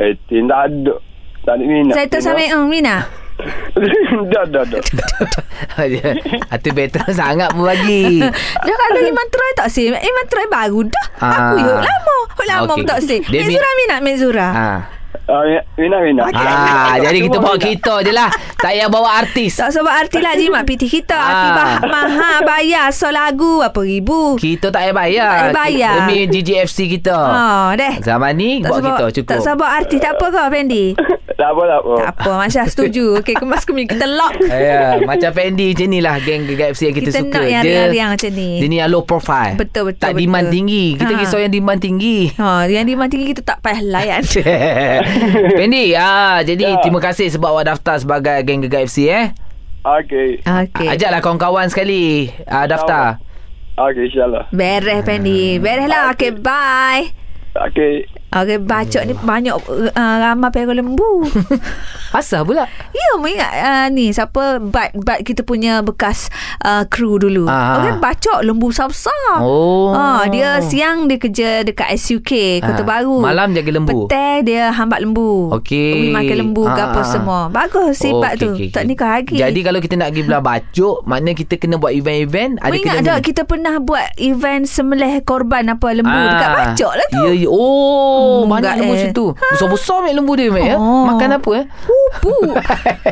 [SPEAKER 12] eh, Tina ada. Tak ada minat.
[SPEAKER 3] Saya tak sampai um, minat.
[SPEAKER 12] Dah, dah, dah.
[SPEAKER 2] Itu better sangat pun bagi.
[SPEAKER 3] Dia kalau Iman Troy tak sih. Iman Troy baru dah.
[SPEAKER 2] Ah.
[SPEAKER 3] Aku lah. yuk lama. Yuk lama
[SPEAKER 2] Okey.
[SPEAKER 3] okay. tak sih.
[SPEAKER 2] Dia
[SPEAKER 3] Mezura minat Mezura.
[SPEAKER 2] Ah.
[SPEAKER 12] Ah, minat, minat.
[SPEAKER 2] Ah, jadi kita bawa
[SPEAKER 12] Minat.
[SPEAKER 2] kita je lah. Tak payah bawa artis.
[SPEAKER 3] Tak sebab arti lah jimat piti kita. Arti
[SPEAKER 2] Ah.
[SPEAKER 3] bah- maha bayar so lagu apa ribu.
[SPEAKER 2] Kita tak payah bayar.
[SPEAKER 3] Tak payah bayar.
[SPEAKER 2] Demi GGFC kita.
[SPEAKER 3] Ah, deh.
[SPEAKER 2] Oh. Zaman ni
[SPEAKER 3] Tak
[SPEAKER 2] buat
[SPEAKER 3] sabar-
[SPEAKER 2] kita cukup.
[SPEAKER 3] Tak sabar arti tak apa kau Fendi.
[SPEAKER 12] Tak apa, lah, tak apa.
[SPEAKER 3] Tak apa Masya setuju. Okey kemas kemi kita lock.
[SPEAKER 2] Ya, macam Fendi je ni lah geng GGFC yang kita,
[SPEAKER 3] Kita
[SPEAKER 2] suka.
[SPEAKER 3] nak yang
[SPEAKER 2] Dia-
[SPEAKER 3] riang-riang macam ni.
[SPEAKER 2] Dia ni yang low profile.
[SPEAKER 3] Betul betul.
[SPEAKER 2] Tak
[SPEAKER 3] betul.
[SPEAKER 2] demand tinggi. Kita
[SPEAKER 3] Ha.
[SPEAKER 2] risau yang demand tinggi.
[SPEAKER 3] Ha, yang demand tinggi kita tak payah kan. layan.
[SPEAKER 2] Fendi, ah, jadi ya. terima kasih sebab awak daftar sebagai geng Gegar FC eh.
[SPEAKER 12] Okey.
[SPEAKER 3] Okey.
[SPEAKER 2] Ajaklah kawan-kawan sekali ah, daftar.
[SPEAKER 12] Okey, insyaAllah.
[SPEAKER 3] Beres Fendi. Beres
[SPEAKER 2] Ah,
[SPEAKER 3] lah. Okey bye.
[SPEAKER 12] Okey.
[SPEAKER 3] Okey bacok ni banyak uh, ramai perut lembu.
[SPEAKER 2] Asal pula?
[SPEAKER 3] Ya, mengingat uh, ni siapa bat bat kita punya bekas uh, kru dulu.
[SPEAKER 1] Ah.
[SPEAKER 3] Ah. Okey bacok lembu besar-besar.
[SPEAKER 2] Oh.
[SPEAKER 3] Ha, dia siang dia kerja dekat SUK Kota
[SPEAKER 2] Ah.
[SPEAKER 3] Baru.
[SPEAKER 2] Malam jaga lembu.
[SPEAKER 3] Petang dia hambat lembu. Pergi
[SPEAKER 2] Okey.
[SPEAKER 3] makan lembu
[SPEAKER 2] Ah,
[SPEAKER 3] ke apa
[SPEAKER 2] ah, ah.
[SPEAKER 3] semua. Bagus sifat okay, tu. Okay, okay. Tak nikah lagi.
[SPEAKER 2] Jadi kalau kita nak pergi belah bacok, maknanya kita kena buat event-event. Ada
[SPEAKER 3] Mengingat
[SPEAKER 2] kena
[SPEAKER 3] tak kita pernah buat event semelih korban apa lembu
[SPEAKER 2] Ah.
[SPEAKER 3] dekat Bacok lah tu.
[SPEAKER 2] Ya, ya. Oh,
[SPEAKER 3] Hmm,
[SPEAKER 2] banyak
[SPEAKER 3] enggak
[SPEAKER 2] lembu
[SPEAKER 3] eh.
[SPEAKER 2] situ. Besar-besar ambil lembu dia, Mek. Ya? Makan apa, eh?
[SPEAKER 3] Oh, Sapu.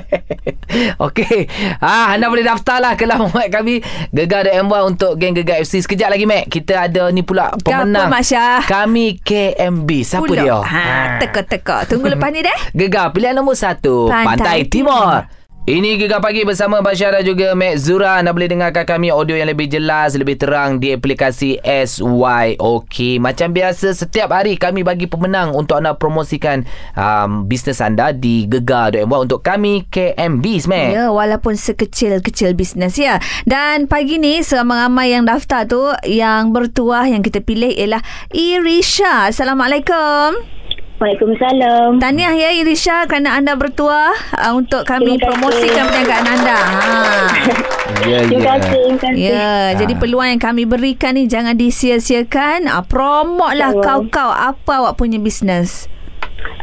[SPEAKER 2] Okey. Ah, anda boleh daftarlah ke laman web kami Gegar MY untuk geng Gegar FC. Sekejap lagi Mac, kita ada ni pula pemenang.
[SPEAKER 3] Mak Syah?
[SPEAKER 2] Kami KMB. Siapa
[SPEAKER 3] Pulak.
[SPEAKER 2] dia?
[SPEAKER 3] Ha, teka-teka. Tunggu lepas ni deh.
[SPEAKER 2] Gegar pilihan nombor satu
[SPEAKER 3] Pantai
[SPEAKER 2] Pantai, Timur. Ini Gegar Pagi bersama Bashar dan juga Mek Zura. Anda boleh dengarkan kami audio yang lebih jelas, lebih terang di aplikasi SYOK. Macam biasa, setiap hari kami bagi pemenang untuk anda promosikan um, bisnes anda di Gegar.my untuk kami KMB, Smack.
[SPEAKER 3] Ya, walaupun sekecil-kecil bisnes ya. Dan pagi ni seramai-ramai yang daftar tu yang bertuah yang kita pilih ialah Irisha. Assalamualaikum.
[SPEAKER 5] Waalaikumsalam.
[SPEAKER 3] Tahniah ya Irisha kerana anda bertuah uh, untuk kami
[SPEAKER 5] Terima kasih.
[SPEAKER 3] promosikan perniagaan anda. Ha.
[SPEAKER 2] Ya, Ah.
[SPEAKER 3] Ya, jadi peluang yang kami berikan ni jangan disia-siakan. Ah, promote
[SPEAKER 5] Ya,
[SPEAKER 3] lah kau-kau apa awak punya bisnes.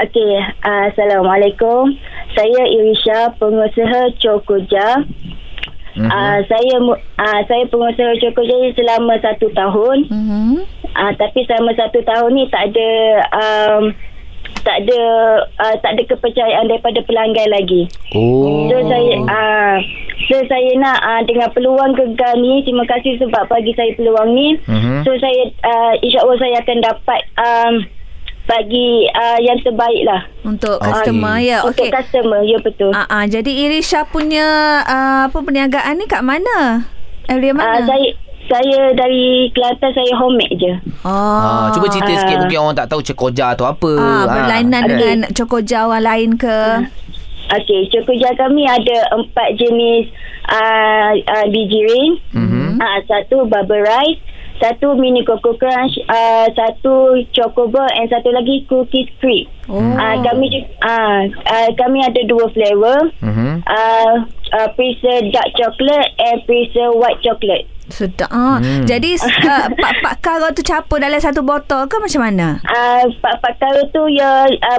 [SPEAKER 5] Okey, uh, Assalamualaikum. Saya Irisha, pengusaha Cokoja.
[SPEAKER 9] Mhm.
[SPEAKER 5] Mm-hmm. Uh, saya mu- uh, saya pengusaha Cokoja selama satu tahun.
[SPEAKER 2] Mhm.
[SPEAKER 3] Mm-hmm.
[SPEAKER 5] Uh, tapi selama satu tahun ni tak ada um, tak ada uh, tak ada kepercayaan daripada pelanggan lagi.
[SPEAKER 2] Oh.
[SPEAKER 5] So saya uh, so saya nak uh, dengan peluang gegar ni terima kasih sebab bagi saya peluang ni.
[SPEAKER 9] Mhm.
[SPEAKER 5] Mm-hmm. So saya uh, insya-Allah saya akan dapat um, bagi uh, yang terbaik lah.
[SPEAKER 3] Untuk
[SPEAKER 5] Ah,
[SPEAKER 3] customer
[SPEAKER 5] ya.
[SPEAKER 3] ya.
[SPEAKER 5] Untuk
[SPEAKER 3] Okey.
[SPEAKER 5] customer, ya betul.
[SPEAKER 3] Ah, ah, jadi Irisha punya ah, apa perniagaan ni kat mana? Area
[SPEAKER 5] Ah,
[SPEAKER 3] mana?
[SPEAKER 5] saya saya dari Kelantan saya homemade je.
[SPEAKER 2] Ah,
[SPEAKER 3] Oh.
[SPEAKER 2] cuba cerita sikit mungkin orang tak tahu cekoja tu apa.
[SPEAKER 3] Ah, berlainan
[SPEAKER 2] Ah.
[SPEAKER 3] dengan cokoja orang lain ke?
[SPEAKER 5] Ah. Okey, cokoja kami ada empat jenis uh, uh, digiring. Mm-hmm. Uh, satu bubble rice, satu mini coco crunch, uh, satu chocobo and satu lagi cookies cream.
[SPEAKER 9] Oh.
[SPEAKER 5] Uh, kami ju- uh, uh, kami ada dua flavor.
[SPEAKER 2] Mm-hmm.
[SPEAKER 9] Hmm.
[SPEAKER 5] Uh, uh, prefer dark chocolate and prefer white chocolate.
[SPEAKER 3] Sedap. Ah.
[SPEAKER 5] Hmm.
[SPEAKER 3] Jadi uh, pak-pak kara tu campur dalam satu botol ke macam mana?
[SPEAKER 5] Uh, empat perkara tu ya uh,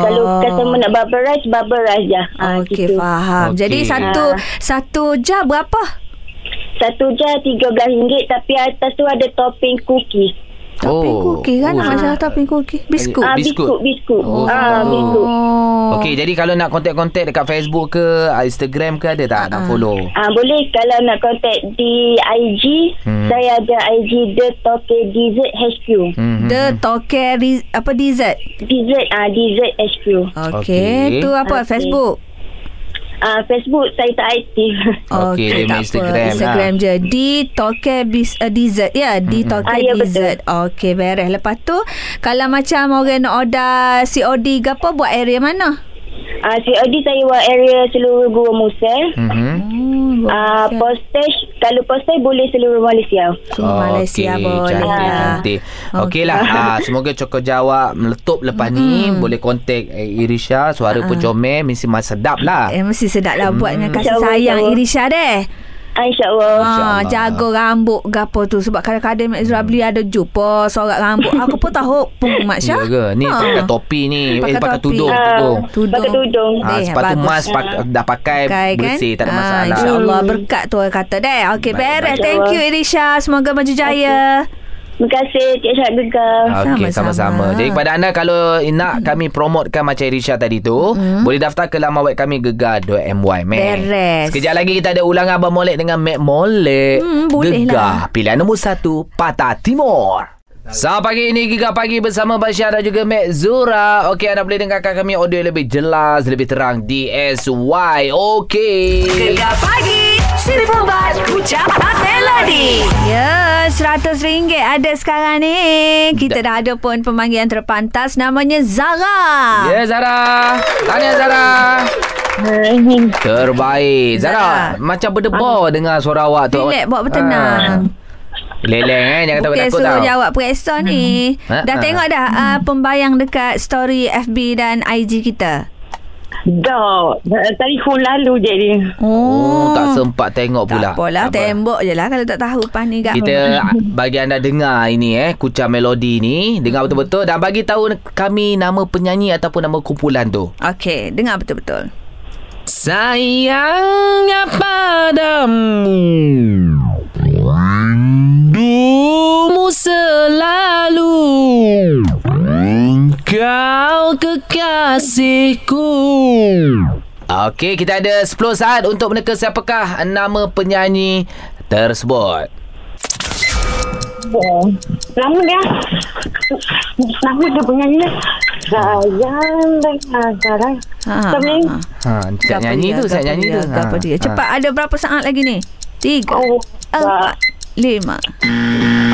[SPEAKER 3] Oh. Ah,
[SPEAKER 5] Oh. Kalau customer nak bubble rice, bubble rice je. Uh,
[SPEAKER 3] Okey, faham. Jadi
[SPEAKER 5] Okey.
[SPEAKER 3] satu
[SPEAKER 5] Ah.
[SPEAKER 3] satu jar berapa?
[SPEAKER 5] Satu jar RM13 tapi atas tu ada topping cookies.
[SPEAKER 3] Topping cookie kan?
[SPEAKER 2] Oh.
[SPEAKER 3] Nama saya topping cookie. Biskut. Oh.
[SPEAKER 5] Ah, biskut, biskut. Oh. Ah, biskut.
[SPEAKER 2] Okey, jadi kalau nak kontak-kontak dekat Facebook ke, ah, Instagram ke ada tak nak follow?
[SPEAKER 5] Ah, boleh kalau nak contact di IG,
[SPEAKER 2] Hmm.
[SPEAKER 5] saya ada IG The Toke Dessert HQ.
[SPEAKER 2] Hmm,
[SPEAKER 3] The toke riz- apa dessert?
[SPEAKER 5] Dessert ah dessert HQ.
[SPEAKER 3] Okey, tu apa
[SPEAKER 5] Okey.
[SPEAKER 3] Facebook?
[SPEAKER 5] Ah Facebook saya tak aktif.
[SPEAKER 2] Okey, dia main Instagram lah.
[SPEAKER 3] Instagram je. Di Toke Bis, uh, Dessert. Ya, yeah, di Toke
[SPEAKER 5] Ah, ya, betul.
[SPEAKER 3] Dessert. Okey, beres. Lepas tu, kalau macam orang nak order COD ke apa, buat area mana?
[SPEAKER 5] Ah COD saya buat area seluruh Gua Musel.
[SPEAKER 2] Mhm.
[SPEAKER 3] Hmm,
[SPEAKER 5] Ah postage kalau postage boleh seluruh Malaysia.
[SPEAKER 3] Malaysia boleh
[SPEAKER 2] Oh, Ah,
[SPEAKER 3] ya. Oh.
[SPEAKER 2] Cantik,
[SPEAKER 5] lah.
[SPEAKER 2] cantik. Okey lah. ah, semoga Cokok Jawa meletup lepas ni. Boleh kontak eh, Irisha. Suara
[SPEAKER 3] Mm. Ah.
[SPEAKER 2] pun comel. Mesti masih sedap lah.
[SPEAKER 3] Eh, mesti sedap lah buat dengan kasih
[SPEAKER 5] InsyaAllah,
[SPEAKER 3] sayang
[SPEAKER 5] insyaAllah.
[SPEAKER 3] Irisha deh.
[SPEAKER 5] Ah, InsyaAllah.
[SPEAKER 3] Ha, jaga rambut gapo tu sebab kadang-kadang Mek Zura beli ada jumpa sorak rambut. Aku pun tahu pun Mak Syah.
[SPEAKER 2] Ya ke? Ni
[SPEAKER 3] Ha.
[SPEAKER 2] pakai topi ni. Eh, pakai
[SPEAKER 3] topi.
[SPEAKER 2] tudung. Tudung.
[SPEAKER 3] Pakai tudung.
[SPEAKER 2] Ah,
[SPEAKER 3] Eh,
[SPEAKER 2] sepatu
[SPEAKER 3] bagus.
[SPEAKER 2] emas pak, dah pakai,
[SPEAKER 3] Pakai kan
[SPEAKER 2] bersih tak ada
[SPEAKER 3] Ah,
[SPEAKER 2] masalah.
[SPEAKER 3] InsyaAllah berkat tu orang kata deh Okey
[SPEAKER 2] Baik,
[SPEAKER 3] beres
[SPEAKER 2] baik.
[SPEAKER 3] Thank you Irisha Semoga maju jaya
[SPEAKER 5] Terima kasih Cik Syah Gegar
[SPEAKER 2] Okey sama-sama. Jadi pada anda kalau
[SPEAKER 3] Hmm.
[SPEAKER 2] nak kami promotekan macam Irisha tadi tu,
[SPEAKER 3] Mhm.
[SPEAKER 2] boleh daftar ke laman web kami gegar.my. Mek.
[SPEAKER 3] Beres.
[SPEAKER 2] Sekejap lagi kita ada ulangan Abang Molek dengan Mac Molek.
[SPEAKER 3] Hmm, boleh
[SPEAKER 2] gegar. Pilihan nombor satu, Patah Timur. Selamat pagi ini Giga Pagi bersama Bashir dan juga Mek Zura Okey anda boleh dengarkan kami audio yang lebih jelas Lebih terang di SY Okey
[SPEAKER 9] Gegar
[SPEAKER 3] pagi Sini
[SPEAKER 9] Pembat Ucapan Melody
[SPEAKER 3] Ya, RM100 ada sekarang ni. Kita dah ada pun pemanggil yang terpantas namanya Zara.
[SPEAKER 2] Ya Zara Tahniah Zara Terbaik Zara, Macam berdebar dengar suara awak tu
[SPEAKER 3] Relax, buat bertenang.
[SPEAKER 2] Ah. Leleng eh Jangan takut
[SPEAKER 3] Bukan
[SPEAKER 2] takut
[SPEAKER 3] suruh
[SPEAKER 2] tau
[SPEAKER 3] jawab periksa ni.
[SPEAKER 2] Ha,
[SPEAKER 3] Dah
[SPEAKER 2] ha.
[SPEAKER 3] tengok dah uh, pembayang dekat story FB dan IG kita.
[SPEAKER 9] Dah Telefon lalu je dia
[SPEAKER 2] Oh, tak sempat tengok pula.
[SPEAKER 3] Tak apalah,
[SPEAKER 2] Tak apa.
[SPEAKER 3] tembok je lah kalau tak tahu pas ni gak.
[SPEAKER 2] Kita bagi anda dengar ini eh Kucah melodi ni Dengar betul-betul Dan bagi tahu kami Nama penyanyi Ataupun nama kumpulan tu
[SPEAKER 3] Okey, dengar betul-betul.
[SPEAKER 2] Sayangnya padamu Rindumu selalu
[SPEAKER 14] Kau kekasihku
[SPEAKER 2] Okey, kita ada 10 saat untuk meneka siapakah nama penyanyi tersebut.
[SPEAKER 6] Lama dah. Lama dah penyanyi dah. Sayang dengan sayang.
[SPEAKER 3] Ha,
[SPEAKER 6] Macam ni.
[SPEAKER 3] ha.
[SPEAKER 2] Ha, siap
[SPEAKER 3] Gapo
[SPEAKER 2] nyanyi
[SPEAKER 3] dia,
[SPEAKER 2] tu, siap
[SPEAKER 3] gapo
[SPEAKER 2] nyanyi
[SPEAKER 3] dia,
[SPEAKER 2] tu. Ha,
[SPEAKER 3] Gapo dia. Cepat ada berapa saat lagi ni? Tiga,
[SPEAKER 9] Oh,
[SPEAKER 3] empat, lima.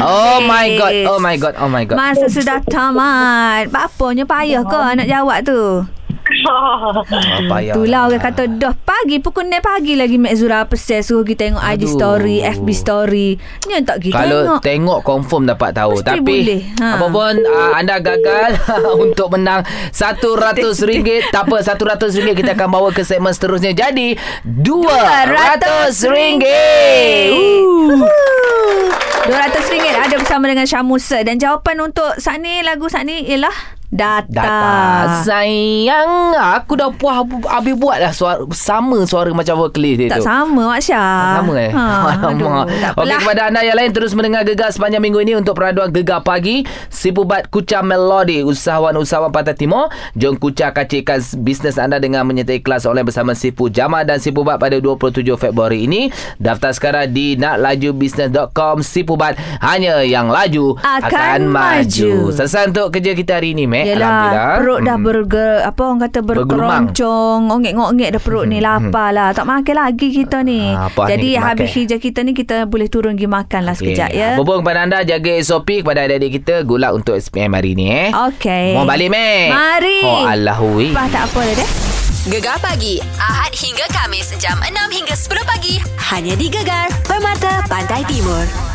[SPEAKER 2] Oh my god,
[SPEAKER 3] Yes.
[SPEAKER 2] oh my god, oh my god.
[SPEAKER 3] Masa sudah tamat. Bapanya payah kau nak jawab tu.
[SPEAKER 2] payah.
[SPEAKER 3] Itulah orang kata dah pagi pukul 9 pagi lagi Mek Zura pesan suruh kita tengok IG story, FB story. Ni yang tak kita tengok.
[SPEAKER 2] Kalau tengok confirm dapat tahu
[SPEAKER 3] Mesti
[SPEAKER 2] Tapi
[SPEAKER 3] boleh. Ha.
[SPEAKER 2] apa pun uh, anda gagal untuk menang RM100 Tak apa RM100 kita akan bawa ke segmen seterusnya Jadi RM200
[SPEAKER 3] RM200 ada bersama dengan Syamusa dan jawapan untuk saat ni lagu saat ni ialah Data.
[SPEAKER 2] Data Sayang Aku dah puas Habis buat lah suara, Sama suara macam vocalist dia
[SPEAKER 3] Tak
[SPEAKER 2] tu
[SPEAKER 3] sama Mak Syah.
[SPEAKER 2] Sama eh
[SPEAKER 3] Ha,
[SPEAKER 2] Alamak Okey kepada anda yang lain Terus mendengar Gegar sepanjang minggu ini Untuk peraduan Gegar Pagi Sipubat Kucha Melody Usahawan-usahawan Pantai Timur Jom Kucha kacikkan bisnes anda Dengan menyertai kelas online Bersama Sipu Jama dan Sipubat Pada 27 Februari ini Daftar sekarang di naklajubisnes.com Sipubat Hanya yang laju
[SPEAKER 3] Akan maju.
[SPEAKER 2] Selesai untuk kerja kita hari ini Mek eh? Alhamdulillah
[SPEAKER 3] Yelah Perut dah
[SPEAKER 2] Hmm.
[SPEAKER 3] berger Apa orang kata
[SPEAKER 2] Bergelumang.
[SPEAKER 3] Berkeroncong Ongek-ngongek dah perut ni Lapar lah Tak makan lagi kita ni
[SPEAKER 2] Hmm. Ah, apa
[SPEAKER 3] Jadi
[SPEAKER 2] ni kita
[SPEAKER 3] habis
[SPEAKER 2] makan?
[SPEAKER 3] kerja kita ni Kita boleh turun pergi makan lah sekejap ya
[SPEAKER 2] Berhubung kepada anda Jaga SOP kepada adik-adik kita Good luck untuk SPM hari ni eh
[SPEAKER 3] Okey.
[SPEAKER 2] Mau balik Mek
[SPEAKER 3] Mari.
[SPEAKER 2] Oh Allah weh
[SPEAKER 3] Lepas tak apa dah deh
[SPEAKER 1] Gegar pagi Ahad hingga Kamis jam 6 hingga 10 pagi hanya di Gegar Permata Pantai Timur.